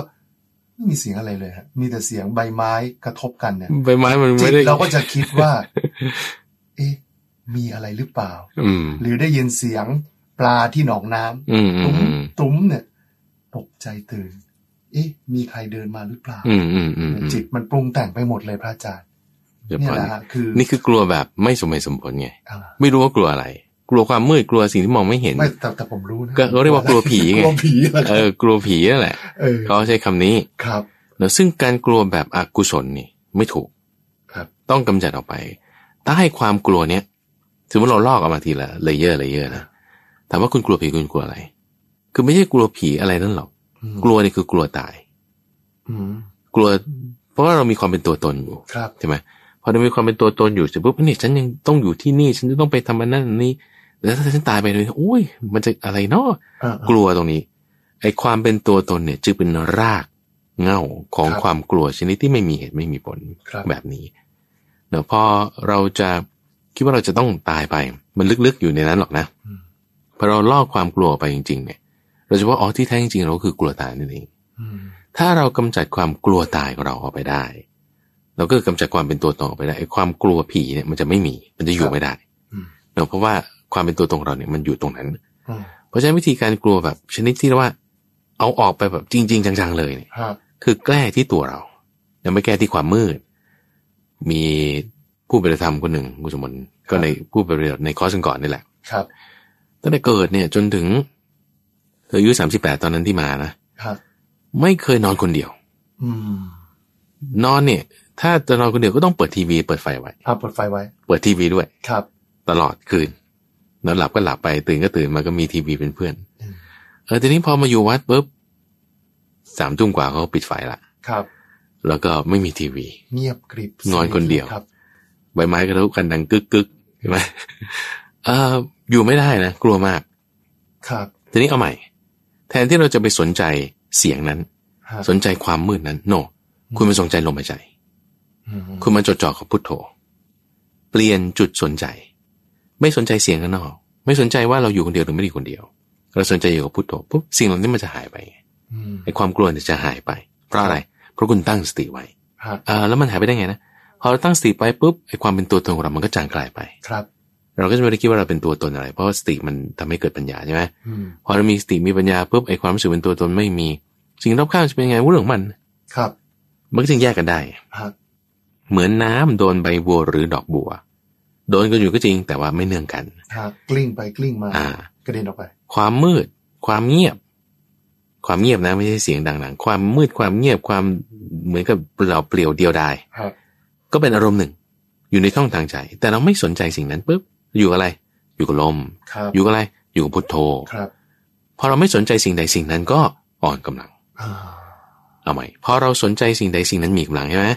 A: ไม่มีเสียงอะไรเลยฮะมีแต่เสียงใบไม้กระทบกันเนี่ย
B: ใบไม้มัน
A: จิ
B: ไม่
A: ต
B: ได้
A: เราก็จะคิดว่า <laughs> เอ๊ะ มีอะไรหรือเปล่า
B: อืม
A: หรือได้ยินเสียงปลาที่หนองน้ำ
B: อืมอื
A: ตุ้
B: ม
A: ม
B: อืม
A: ตุ้มเนี่ย ตกใจตื่น เอ๊ะ มีใครเดินมาหรือเปล่า
B: อืมอืมอืม
A: จิตมันปรุงแต่งไปหมดเลยพระอาจารย์
B: เดี๋ยว
A: เนี่ย
B: ก่อน
A: แหละฮะคือ
B: นี่คือกลัวแบบไม่สมเหตุสมผลไง
A: อ่า
B: ไม่รู้ว่ากลัวอะไร กลัวความมืด กลัวสิ่งที่มองไม่เห็น
A: ไม่แต่แต่ผมรู้นะ
B: ก็เขาเรียกว่ากลัวผีไง
A: กลัวผีเหรอค
B: เอ
A: รับ
B: อกลัวผีนั่นแหละ
A: เออ
B: เขาใช้คำนี้
A: ครับ
B: แล้วซึ่งการกลัวแบบอกุศลนี่ไม่ถูก
A: ครับ
B: ต้องกำจัดออกไป ถ้าให้ความกลัวเนี้ยถือว่าเราลอกออกมาทีละเลเยอร์เลเยอร์นะถามว่าคุณกลัวผีคุณกลัวอะไร คือไม่ใช่กลัวผีอะไรนั่นหรอก
A: อืม
B: กลัวนี่คือกลัวตาย
A: อืม
B: กลัว เพราะว่าเรามีความเป็นตัวตนอยู่
A: ครับ
B: ใช่ไหมพอเรามีความเป็นตัวตนอยู่เสร็จปุ๊บเนี่ยฉันยังต้องอยู่ที่นี่ ฉันจะต้องไปทำอันนั้นอันนี้แล้วถ้าฉันตายไปเลยอุ้ย มันจะอะไรเนาะ
A: เออ
B: กลัวตรงนี้ ไอ้ความเป็นตัวตนเนี่ยจึงเป็นรากเหง้าของ
A: ครับ
B: ความกลัวชนิดที่ไม่มีเหตุไม่มีผล
A: ครับ
B: แบบนี้เดี๋ยวพอเราจะคิดว่าเราจะต้องตายไป มันลึกๆอยู่ในนั้นหรอกนะพอเราลอกความกลัวไปจริง ๆ เนี่ย เราจะว่าอ๋อที่แท้จริงๆเราก็คือกลัวตายนั่นเอง
A: อืม
B: ถ้าเรากำจัดความกลัวตายของเราออกไปได้ เราก็กำจัดความเป็นตัวตนออกไปได้ไอ้ความกลัวผีเนี่ยมันจะไม่มีมันจะอยู่ไม่ได้
A: อืม
B: เนอะเพราะว่าความเป็นตัวตนของเราเนี่ยมันอยู่ตรงนั้น
A: อืม
B: เพราะฉะนั้นวิธีการกลัวแบบชนิดที่เรียกว่า เอาออกไปแบบจริง ๆ จังๆเลยเนี่ย
A: ฮะ
B: คือแก้ที่ตัวเรายังไม่แก้ที่ความมืด มีผู้ปฏิบัติธรรมคนหนึ่งคุณสมบัติก็ในผู้ปฏิบัติในคอร์สก่อนๆนี่แหละ
A: ครับ
B: ตั้งแต่เกิดเนี่ยจนถึงเธออายุสามสิบแปดตอนนั้นที่มานะ
A: ฮะ
B: ไม่เคยนอนคนเดียว
A: อืม
B: นอนเนี่ย ถ้าจะนอนคนเดียวก็ต้องเปิดทีวี เปิดไฟไว้
A: อ่ะเปิดไฟไว้
B: เปิดทีวีด้วย
A: ครับ
B: ตลอดคืนนอนหลับก็หลับไปตื่นก็ตื่นมาก็มีทีวีเป็นเพื่อน
A: อืม
B: เออทีนี้พอมาอยู่วัดปุ๊บสามทุ่มกว่าเขาก็ปิดไฟละ
A: ครับ
B: แล้วก็ไม่มีทีวี
A: เงียบกริบ
B: นอนคนเดียว
A: ครับ
B: ใบไม้กระทบกันดังกึกกึกใช่ไหม <laughs> เอออยู่ไม่ได้นะ กลัวมาก
A: ครับ
B: ทีนี้เอาใหม่ แทนที่เราจะไปสนใจเสียงนั้น
A: ฮะ
B: สนใจความมืดนั้นโน คุณมาสนใจลมหายใจ
A: อืม
B: คุณมาจดจ่อกับพุทโธ เปลี่ยนจุดสนใจ ไม่สนใจเสียงข้างนอก ไม่สนใจว่าเราอยู่คนเดียวหรือไม่ได้อยู่คนเดียว เราสนใจอยู่กับพุทโธปุ๊บสิ่งเหล่านี้มันจะหายไปไง
A: อืม
B: ไอ้ความกลัวเนี่ยจะหายไป เพราะอะไรเพราะคุณตั้งสติไว้
A: ฮะ
B: เอ่อแล้วมันหายไปได้ไงนะพอเราตั้งสติไปปุ๊บไอ้ความเป็นตัวตนของเรามันก็จางกลายไป
A: ครับ
B: เราก็จะไม่ได้คิดว่าเราเป็นตัวตนอะไร เพราะว่าสติมันทำให้เกิดปัญญาใช่ไหม
A: อืม
B: พอเรามีสติมีปัญญาปุ๊บไอ้ความรู้สึกเป็นตัวตนไม่มี สิ่งรอบข้างจะเป็นยังไงวุ้นของมัน
A: ครับ
B: มันก็จึงแยกกันได้
A: ฮะ
B: เหมือนน้ำโดนใบบัวหรือดอกบัว โดนกันอยู่ก็จริงแต่ว่าไม่เนื่องกัน
A: ฮะกลิ้งไปกลิ้งมา
B: อ่า
A: กระเด็นออกไป
B: ความมืด ความเงียบ ความเงียบนะไม่ใช่เสียงดังๆความมืดความเงียบความเหมือนกับเปล่าเปลี่ยวเดียวดาย
A: ครับ
B: ก็เป็นอารมณ์หนึ่ง อยู่ในช่องทางใจ แต่เราไม่สนใจสิ่งนั้นปุ๊บอยู่กับอะไร อยู่กับลม
A: ครับ
B: อยู่กับอะไร อยู่กับพุทโธ
A: ครับ
B: พอเราไม่สนใจสิ่งใดสิ่งนั้นก็อ่อนกำลัง
A: อ่า
B: เอาใหม่พอเราสนใจสิ่งใดสิ่งนั้นมีกำลังใช่ไหม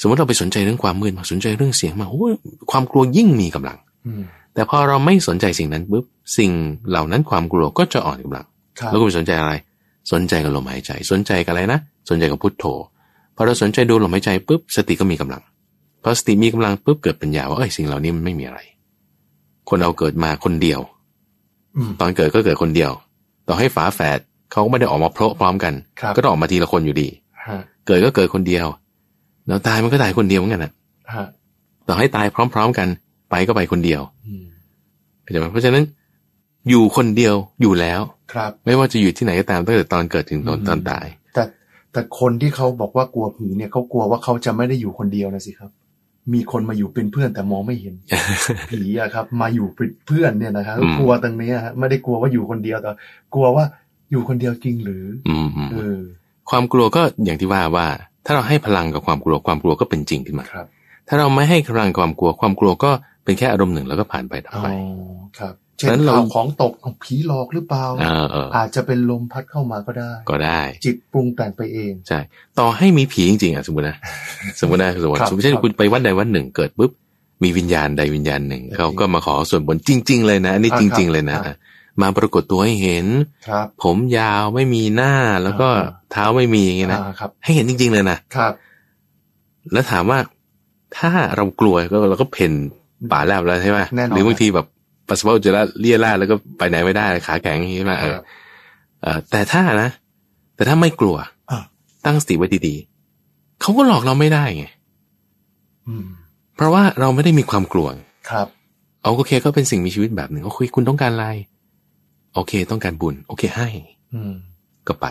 B: สมมติเราไปสนใจเรื่องความมืดมากสนใจเรื่องเสียงมากโอ้ยความกลัวยิ่งมีกำลัง
A: อืม
B: แต่พอเราไม่สนใจสิ่งนั้นปุ๊บสิ่งเหล่านั้นความกลัวก็จะอ่อนกำลัง
A: ครับ
B: แล้วก็ไปสนใจอะไร สนใจกับลมหายใจ สนใจกับอะไรนะ สนใจกับพุทโธพอเราสนใจดูลมหายใจปุ๊บสติก็มีกำลังพอสติมีกำลังปุ๊บเกิดปัญญาว่าเอ้ยสิ่งเหล่านี้มันไม่มีอะไร คนเราเกิดมาคนเดียว
A: อืม
B: ตอนเกิดก็เกิดคนเดียว ต่อให้ฝาแฝดเขาก็ไม่ได้ออกมาเพราะพร้อมกัน
A: ครับ
B: ก็ต้องออกมาทีละคนอยู่ดี
A: ฮะ
B: เกิดก็เกิดคนเดียวแล้วตายมันก็ตายคนเดียวเหมือนกันนะ
A: ฮะ
B: ต่อให้ตายพร้อม ๆ กันไปก็ไปคนเดียว
A: อืม
B: เข้าใจไหมเพราะฉะนั้นอยู่คนเดียวอยู่แล้ว
A: ครับ
B: ไม่ว่าจะอยู่ที่ไหนก็ตามตั้งแต่ตอนเกิดถึงตอน
A: อืม
B: ตอนตาย
A: แต่ แต่คนที่เขาบอกว่ากลัวผีเนี่ยเขากลัวว่าเขาจะไม่ได้อยู่คนเดียวนะสิครับ มีคนมาอยู่เป็นเพื่อนแต่มองไม่เห็น ผีอะครับ มาอยู่เป็นเพื่อนเนี่ยนะครับ
B: อืม
A: กลัวตรงเนี้ยฮะไม่ได้กลัวว่าอยู่คนเดียวแต่กลัวว่าอยู่คนเดียวจริงหรือ
B: อืมอืม
A: เออ
B: ความกลัวก็อย่างที่ว่าว่า ถ้าเราให้พลังกับความกลัวความกลัวก็เป็นจริงขึ้นมา
A: ครับ
B: ถ้าเราไม่ให้พลังความกลัวความกลัวก็เป็นแค่อารมณ์หนึ่งแล้วก็ผ่านไปต่อ
A: อ๋อ
B: ไป
A: ครับ
B: ฉะ
A: เช่
B: นั้น นเรา
A: ข่าวของตกเอาผีหลอกหรือเปล่า
B: เออเออ
A: อาจจะเป็นลมพัดเข้ามาก็ได้
B: ก็ได้
A: จิตปรุงแต่งไปเอง
B: ใช่ ต่อให้มีผีจริงๆอ่ะสมมตินะ สมมตินะสมมติ
A: ครับ
B: สมมติเช่นคุณไปวัดใดวัดหนึ่งเกิดปุ๊บมีวิญญาณใดวิญญาณหนึ่ง
A: ครับ
B: เขาก็มาขอส่วนบนจริง ๆ เลยนะอันนี้
A: อ่าค
B: จ
A: รับ
B: ริง ๆ เลยนะ
A: อ่า
B: มาปรากฏตัวให้เห็น
A: ครับ
B: ผมยาวไม่มีหน้าแล้วก็
A: อ่า
B: เท้าไม่มีอย่างเงี้ยนะ
A: อ่าครับ
B: ให้เห็นจริง ๆ เลยนะครับ แล้วถามว่าถ้าเรากลัวก็เราก็เพ่นป่าแลบแล้วใช่ไหม
A: แน่นอน
B: หรือบางทีแบบปัสสาวะอุจจะละเลี่ยราดแล้วก็ไปไหนไม่ได้ขาแข็งอย่างนี้ใช่ไหมเออ
A: ครับ
B: เอ่อแต่ถ้านะ แต่ถ้าไม่กลัว
A: อ่า
B: ตั้งสติไว้ดีๆเขาก็หลอกเราไม่ได้ไง
A: อืม
B: เพราะว่าเราไม่ได้มีความกลัวไง
A: ครับ
B: เอาโอเคก็เป็นสิ่งมีชีวิตแบบหนึ่งโอเคคุณต้องการอะไร โอเคต้องการบุญ โอเคให้
A: อืม
B: ก็ไป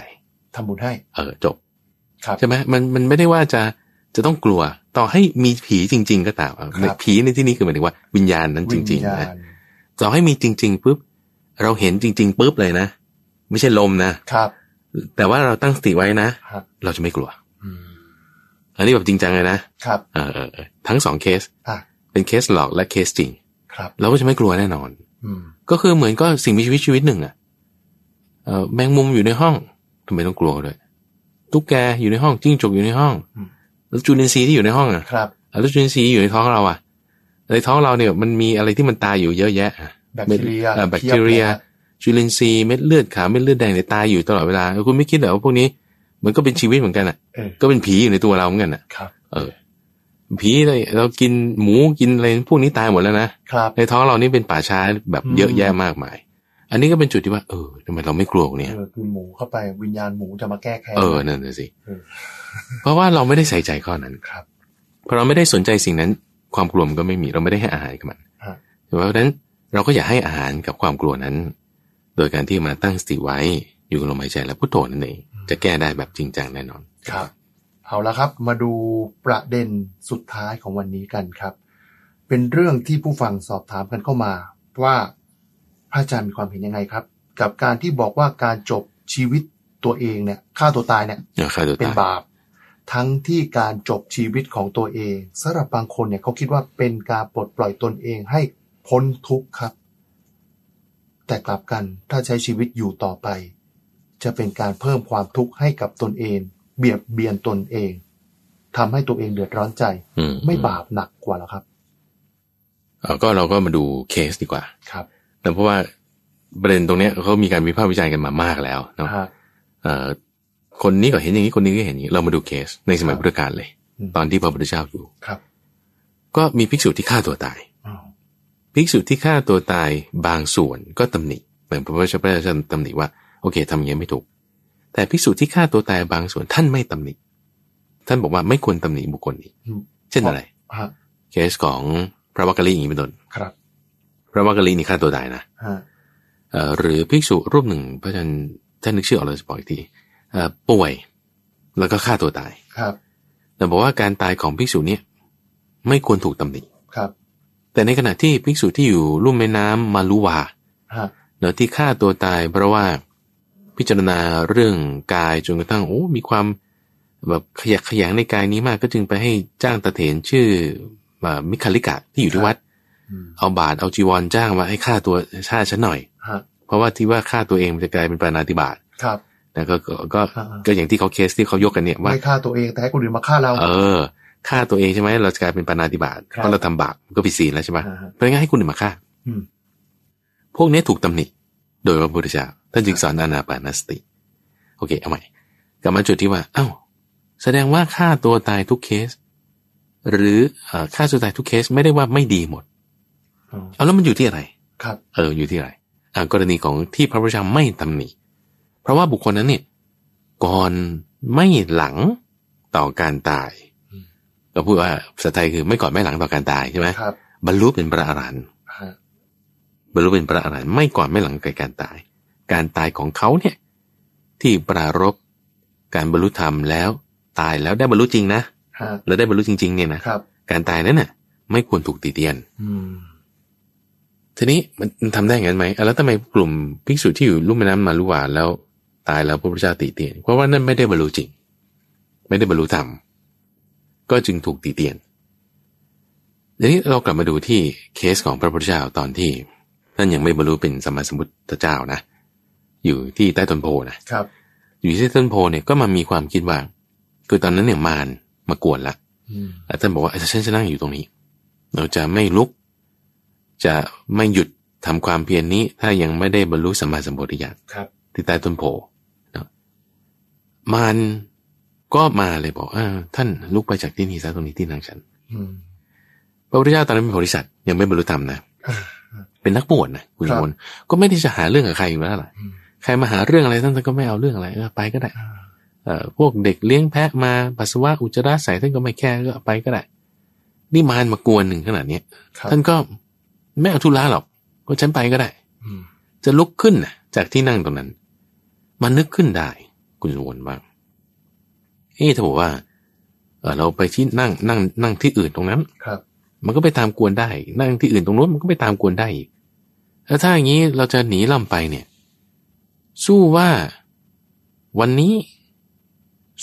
A: ทำบุญให้
B: เออจบ
A: ครับ
B: ใช่ไหมมันมันไม่ได้ว่าจะจะต้องกลัว ต่อให้มีผีจริง ๆ ก็ตามอ่ะ
A: ครับ
B: ผีในที่นี้คือหมายถึงว่าวิญญาณนั้นจริง
A: วิญ
B: ๆ
A: ญา
B: นะ
A: ณ
B: ต่อให้มีจริง ๆปุ๊บเราเห็นจริง ๆปุ๊บเลยนะ ไม่ใช่ลมนะครับ แต่ว่าเราตั้งสติไว้นะ
A: ครับ
B: เราจะไม่กลัว
A: อืม
B: อันนี้แบบจริงจังเลยนะ
A: ครับ
B: เออเออเออทั้งสองเคส
A: อ่ะ
B: เป็นเคสหลอกและเคสจริง
A: ครับ
B: เราก็จะไม่กลัวแน่นอน
A: อืม
B: ก็คือเหมือนก็สิ่งมีชีวิตชีวิตหนึ่งอะเออแมงมุมอยู่ในห้องทำไมต้องกลัวด้วยตุ๊กแกอยู่ในห้องจิ้งจกอยู่ในห้อง
A: อืม
B: แล้วจุลินทรีย์ที่อยู่ในห้องอะ
A: ครับ
B: แล้วจุลินทรีย์อยู่ในท้องเราอะในท้องเราเนี่ยมันมีอะไรที่มันตายอยู่เยอะแยะอะ
A: แบคทีเรีย
B: เอ่อแบคทีเรีย จุลินทรีย์เม็ดเลือดขาวเม็ดเลือดแดงเนี่ยตายอยู่ตลอดเวลาแล้วคุณไม่คิดเหรอว่าพวกนี้มันก็เป็นชีวิตเหมือนกันอะ
A: เออ
B: ก็เป็นผีอยู่ในตัวเราเหมือนกันอะ
A: ครับ
B: เออผีอะไรเรากินหมูกินอะไรพวกนี้ตายหมดแล้วนะครับ ในท้องเรานี่เป็นป่าช้าแบบ
A: อืม
B: เยอะแยะมากมาย อันนี้ก็เป็นจุดที่ว่า เออทำไมเราไม่กลัวเนี่ย
A: เออคือหมูเข้าไปวิญญาณหมูจะมาแก้แค้น
B: เออนั่นน่ะสิ
A: เออ
B: เพราะว่าเราไม่ได้ใส่ใจข้อนั้น
A: ครับ
B: เพราะเราไม่ได้สนใจสิ่งนั้น ความกลัวมันก็ไม่มีเราไม่ได้ให้อาหารกับมัน
A: ฮะ
B: เพราะฉะนั้นเราก็อย่าให้อาหารกับความกลัวนั้น โดยการที่มาตั้งสติไว้อยู่กับลมหายใจและพุทโธนั่นเองจะแก้ได้แบบจริงจังแน่นอน
A: ครับ เอาละครับ มาดูประเด็นสุดท้ายของวันนี้กันครับ เป็นเรื่องที่ผู้ฟังสอบถามกันเข้ามาว่าพระอาจารย์มีความเห็นยังไงครับ กับการที่บอกว่าการจบชีวิตตัวเองเนี่ยฆ่าตัวตายเนี่ย
B: อย่าฆ่าตัว
A: เป็น
B: ตาย
A: บาป ทั้งที่การจบชีวิตของตัวเองสำหรับบางคนเนี่ยเขาคิดว่าเป็นการปลดปล่อยตนเองให้พ้นทุกข์ครับ แต่กลับกันถ้าใช้ชีวิตอยู่ต่อไป จะเป็นการเพิ่มความทุกข์ให้กับตนเอง เบียดเบียนตนเองทำให้ตัวเองเดือดร้อนใจ
B: อื
A: ไม่บาปหนักกว่าเหรอครับ
B: เออก็เราก็มาดูเคสดีกว่า
A: ครับ
B: แต่เพราะว่าประเด็นตรงเนี้ยเขามีการวิพากษ์วิจารณ์กันมามากแล้วเนาะ
A: ฮะ
B: เอ่อคนนี้ก็เห็นอย่างนี้คนนี้ก็เห็นอย่างนี้เรามาดูเคสในสมัยพุทธกาลเลย
A: อืม
B: ตอนที่พระพุทธเจ้าอยู่
A: ครับ
B: ก็มีภิกษุที่ฆ่าตัวตาย
A: อ้าว
B: ภิกษุที่ฆ่าตัวตายบางส่วนก็ตำหนิเหมือนพระพุทธเจ้าพระเจ้าตำหนิว่าโอเคทำอย่างนี้ไม่ถูก แต่ภิกษุที่ฆ่าตัวตายบางส่วนท่านไม่ตำหนิ ท่านบอกว่าไม่ควรตำหนิบุคคลนี้ เช่นอะไร
A: ฮะ
B: เคสของพระวักกะลีอย่างนี้เป็นต้น
A: ครับ
B: พระวักกะลีนี่ฆ่าตัวตายนะ
A: ฮะ
B: เอ่อหรือภิกษุรูปหนึ่งพระอาจารย์ท่านนึกชื่อออกเลยจะบอกอีกทีเอ่อป่วยแล้วก็ฆ่าตัวตาย
A: ครับ
B: แต่บอกว่าการตายของภิกษุเนี้ไม่ควรถูกตำหนิ
A: ครับ
B: แต่ในขณะที่ภิกษุที่อยู่ลุ่มแม่น้ำมาลุวา
A: ฮะ
B: เนาะที่ฆ่าตัวตาย เพราะว่าพิจารณาเรื่องกายจนกระทั่งโอ้มีความแบบขยักขยงในกายนี้มากก็จึงไปให้จ้างตาเถนชื่อเอ่อมิคาลิกะที่อยู่ที่วัด
A: อืม
B: เอาบาทเอาจีวรจ้างมาให้ฆ่าตัวฆ่าฉันหน่อย
A: ฮะ
B: เพราะว่าที่ว่าฆ่าตัวเองมันจะกลายเป็นปานาติบาต
A: ครับ
B: นะก็ก็ก็
A: อ่าๆ
B: ก็อย่างที่เขาเคสที่เขายกกันเนี่ยว่า
A: ไม่ฆ่าตัวเองแต่ให้คนอื่นมาฆ่าเรา
B: เออฆ่าตัวเองใช่ไหมเราจะกลายเป็นปานาติบาต
A: ครับ
B: เพราะเราทำบาปก็ผิดศีลแล้วใช่ไหม
A: ฮะฮะ
B: เพราะงั้นให้คนอื่นมาฆ่า
A: อืม
B: พวกนี้ถูกตำหนิโดยพระพุทธเจ้าท่านจึงสอนอานาปานสติ โอเคเอาใหม่กลับมาจุดที่ว่าเอ้าแสดงว่าฆ่าตัวตายทุกเคส หรือเอ่อฆ่าตัวตายทุกเคสไม่ได้ว่าไม่ดีหมด
A: อ๋อ
B: เอาแล้วมันอยู่ที่อะไร
A: ครับ
B: เอออยู่ที่อะไรอ่ากรณีของที่พระพุทธเจ้าไม่ตำหนิ เพราะว่าบุคคลนั้นเนี่ยก่อนไม่หลังต่อการตาย ก็พูดว่าภาษาไทยคือไม่ก่อนไม่หลังต่อการตายใช่ไหม
A: ครับ
B: บรรลุเป็นพระอรหันต์
A: ฮะ
B: บรรลุเป็นพระอรหันต์ไม่ก่อนไม่หลังเกิดการตาย การตายของเขาเนี่ยที่ปรารบ การบรรลุธรรมแล้วตายแล้วได้บรรลุจริงนะ
A: ฮะ
B: แล้วได้บรรลุจริง ๆ เนี่ยนะครับ การตายนั้นน่ะ ไม่ควรถูกติเตียน
A: อืม
B: ทีนี้มันทำได้อย่างนั้นไหมอ่ะแล้วทำไมกลุ่มภิกษุที่อยู่ลุ่มแม่น้ำมาลุวาแล้วตายแล้วพระพุทธเจ้าติเตียน เพราะว่านั่นไม่ได้บรรลุจริง ไม่ได้บรรลุธรรม ก็จึงถูกติเตียนทีนี้เรากลับมาดูที่เคสของพระพุทธเจ้าตอนที่ท่านยังไม่บรรลุเป็นสมมาสมพุทธเจ้านะ อยู่ที่ใต้ต้นโพนะ
A: ครับ
B: อยู่ที่ต้นโพเนี่ยก็มามีความคิดว่า คือตอนนั้นเนี่ยมารมากวนละ
A: อืม
B: แล้วท่านบอกว่าฉันจะนั่งอยู่ตรงนี้ เราจะไม่ลุก จะไม่หยุดทำความเพียรนนี้ ถ้ายังไม่ได้บรรลุสัมมาสัมโพธิญาณ
A: ครับ
B: ที่ใต้ต้นโพนะมันก็มาเลยบอกอาท่านลุกไปจากที่นี่ซะตรงนี้ที่นั่งฉัน
A: อืม
B: พระพุทธเจ้าตอนนั้นเป็นโพธิสัตว์ยังไม่บรรลุธรรมนะเป็นนักบวชนะคุณ
A: ครั
B: ส
A: บ
B: มนก็ไม่ได้จะหาเรื่องกับใครอยู่แล้วล่ะ
A: อืม
B: ใครมาหาเรื่องอะไรท่านก็ไม่เอาเรื่องอะไรเออไปก็ได้
A: อ่า
B: เอ่อพวกเด็กเลี้ยงแพะมาปัสสาวะอุจจาระใส่ท่านก็ไม่แคร์ก็เอาไปก็ได้ นี่มารมากวนหนึ่งขนาดเนี้ย
A: ครับ
B: ท่านก็ไม่เอาทุล้าหรอกก็ฉันไปก็ได้
A: อืม
B: จะลุกขึ้นน่ะจากที่นั่งตรงนั้น มันนึกขึ้นได้ คุณสุวรรณว่าเอ๊ะถ้าบอกว่าเอ่อเราไปที่นั่งนั่งนั่งที่อื่นตรงนั้น
A: ครับ
B: มันก็ไปตามกวนได้ นั่งที่อื่นตรงนู้นมันก็ไปตามกวนได้อีกแล้วถ้าอย่างนี้เราจะหนีล่ำไปเนี่ย สู้ว่าวันนี้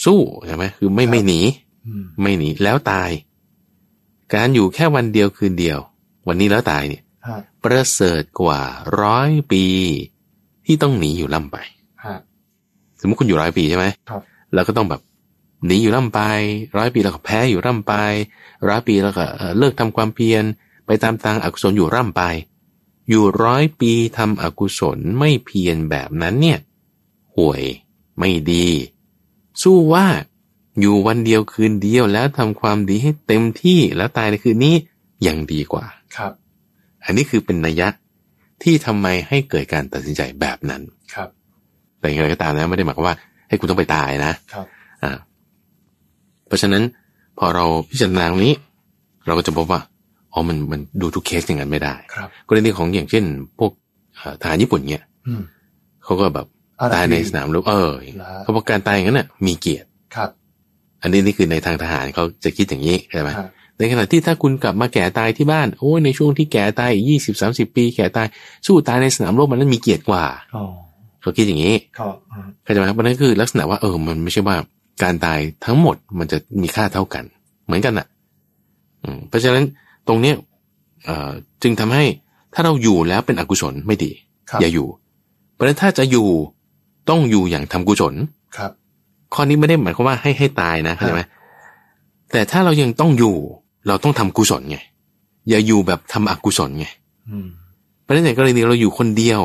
B: สู้ใช่ไหมคือไม่
A: ครับ
B: ไม่หนี
A: อืม
B: ไม่หนีแล้วตาย การอยู่แค่วันเดียวคืนเดียว วันนี้แล้วตายเนี่ย
A: ฮะ
B: ประเสริฐกว่าร้อยปี ที่ต้องหนีอยู่ล่ำไป
A: ฮะ
B: สมมติคุณอยู่ร้อยปีใช่ไหม
A: ครับ
B: แล้วก็ต้องแบบหนีอยู่ร่ำไปร้อยปีแล้วก็แพ้อยู่ร่ำไปร้อยปีแล้วก็เอ่อเลิกทำความเพียรไปตามทางอากุศลอยู่ร่ำไป อยู่ร้อยปีทำอกุศลไม่เพียรแบบนั้นเนี่ยห่วยไม่ดี สู้ว่าอยู่วันเดียวคืนเดียวแล้วทำความดีให้เต็มที่แล้วตายในคืนนี้ยังดีกว่า
A: ครับ
B: อันนี้คือเป็นนัยยะที่ทำไมให้เกิดการตัดสินใจแบบนั้น
A: ครับ
B: แต่อย่างไรก็ตามนะไม่ได้หมายความว่าให้คุณต้องไปตายนะครับ อ่าเพราะฉะนั้นพอเราพิจารณาตรงนี้ เราก็จะพบว่าอ๋อมันมันดูทุกเคสอย่างนั้นไม่ได้
A: ครับ
B: กรณีของอย่างเช่น พวกเอ่อทหารญี่ปุ่นเนี่ย
A: อืม
B: เขาก็แบบ
A: อะไร
B: ตายในสนามรบเออ
A: นะ
B: เขาบอกการตายอย่างนั้นน่ะมีเกียรติ
A: ครับ
B: อันนี้นี่คือในทางทหารเขาจะคิดอย่างนี้ใช่ไหม
A: ฮะ
B: ในขณะที่ถ้าคุณกลับมาแก่ตายที่บ้านโอ้ยในช่วงที่แก่ตายยี่สิบสามสิบปีแก่ตายสู้ตายในสนามรบมันนั้นมีเกียรติกว่า
A: อ๋อ
B: เขาคิดอย่างนี้
A: ก็อ่า
B: เข้าใจไหมครับมันก็คือลักษณะว่าเออมันไม่ใช่ว่าการตายทั้งหมดมันจะมีค่าเท่ากัน เหมือนกันน่ะอืมเพราะฉะนั้นตรงเนี้ยเอ่อจึงทำให้ถ้าเราอยู่แล้วเป็นอกุศลไม่ดี
A: ครับ
B: อย่าอยู่ เพราะฉะนั้นถ้าจะอยู่ต้องอยู่อย่างทำกุศล
A: ครับ
B: ข้อนี้ไม่ได้หมายความว่าให้ให้ตายนะเข้าใจไหมแต่ถ้าเรายังต้องอยู่เราต้องทำกุศลไงอย่าอยู่แบบทำอกุศลไง
A: อืม
B: เพราะฉะนั้นอย่างกรณีเราอยู่คนเดียว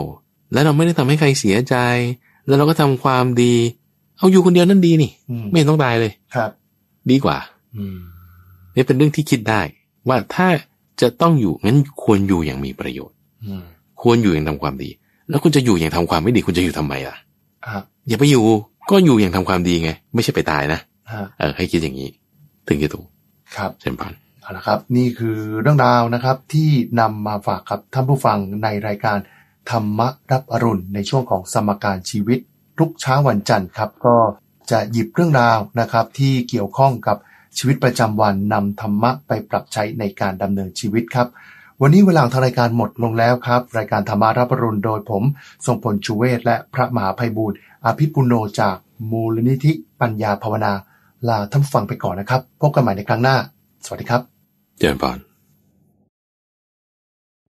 B: แล้วเราไม่ได้ทำให้ใครเสียใจ แล้วเราก็ทำความดี เอาอยู่คนเดียวนั่นดีนี่
A: อืม
B: ไม่เห็นต้องตายเลย
A: ครับ
B: ดีกว่า
A: อืม
B: นี่เป็นเรื่องที่คิดได้ ว่าถ้าจะต้องอยู่งั้นควรอยู่อย่างมีประโยชน์
A: อืม
B: ควรอยู่อย่างทำความดี แล้วคุณจะอยู่อย่างทำความไม่ดีคุณจะอยู่ทำไมล่ะ
A: ฮะ
B: อย่าไปอยู่ก็อยู่อย่างทำความดีไง ไม่ใช่ไปตายนะ
A: ฮะ
B: เออให้คิดอย่างนี้ ถึงจะถูก
A: ครับ
B: เช่นพัน
A: เอาละครับนี่คือเรื่องราวนะครับที่นำมาฝากกับท่านผู้ฟังในรายการธรรมรับอรุณในช่วงของสมการชีวิต ทุกเช้าวันจันทร์ครับ ก็จะหยิบเรื่องราวนะครับ ที่เกี่ยวข้องกับชีวิตประจำวันนำธรรมะไปปรับใช้ในการดำเนินชีวิตครับ วันนี้เวลาของทางรายการหมดลงแล้วครับ รายการธรรมารับอรุณโดยผม ทรงพลชูเวศและพระมหาภัยบูรณ์อภิปุโนจากมูลนิธิปัญญาภาวนา ลาท่านผู้ฟังไปก่อนนะครับ พบกันใหม่ในครั้งหน้า สวัสดีครับ
B: เช่นพัน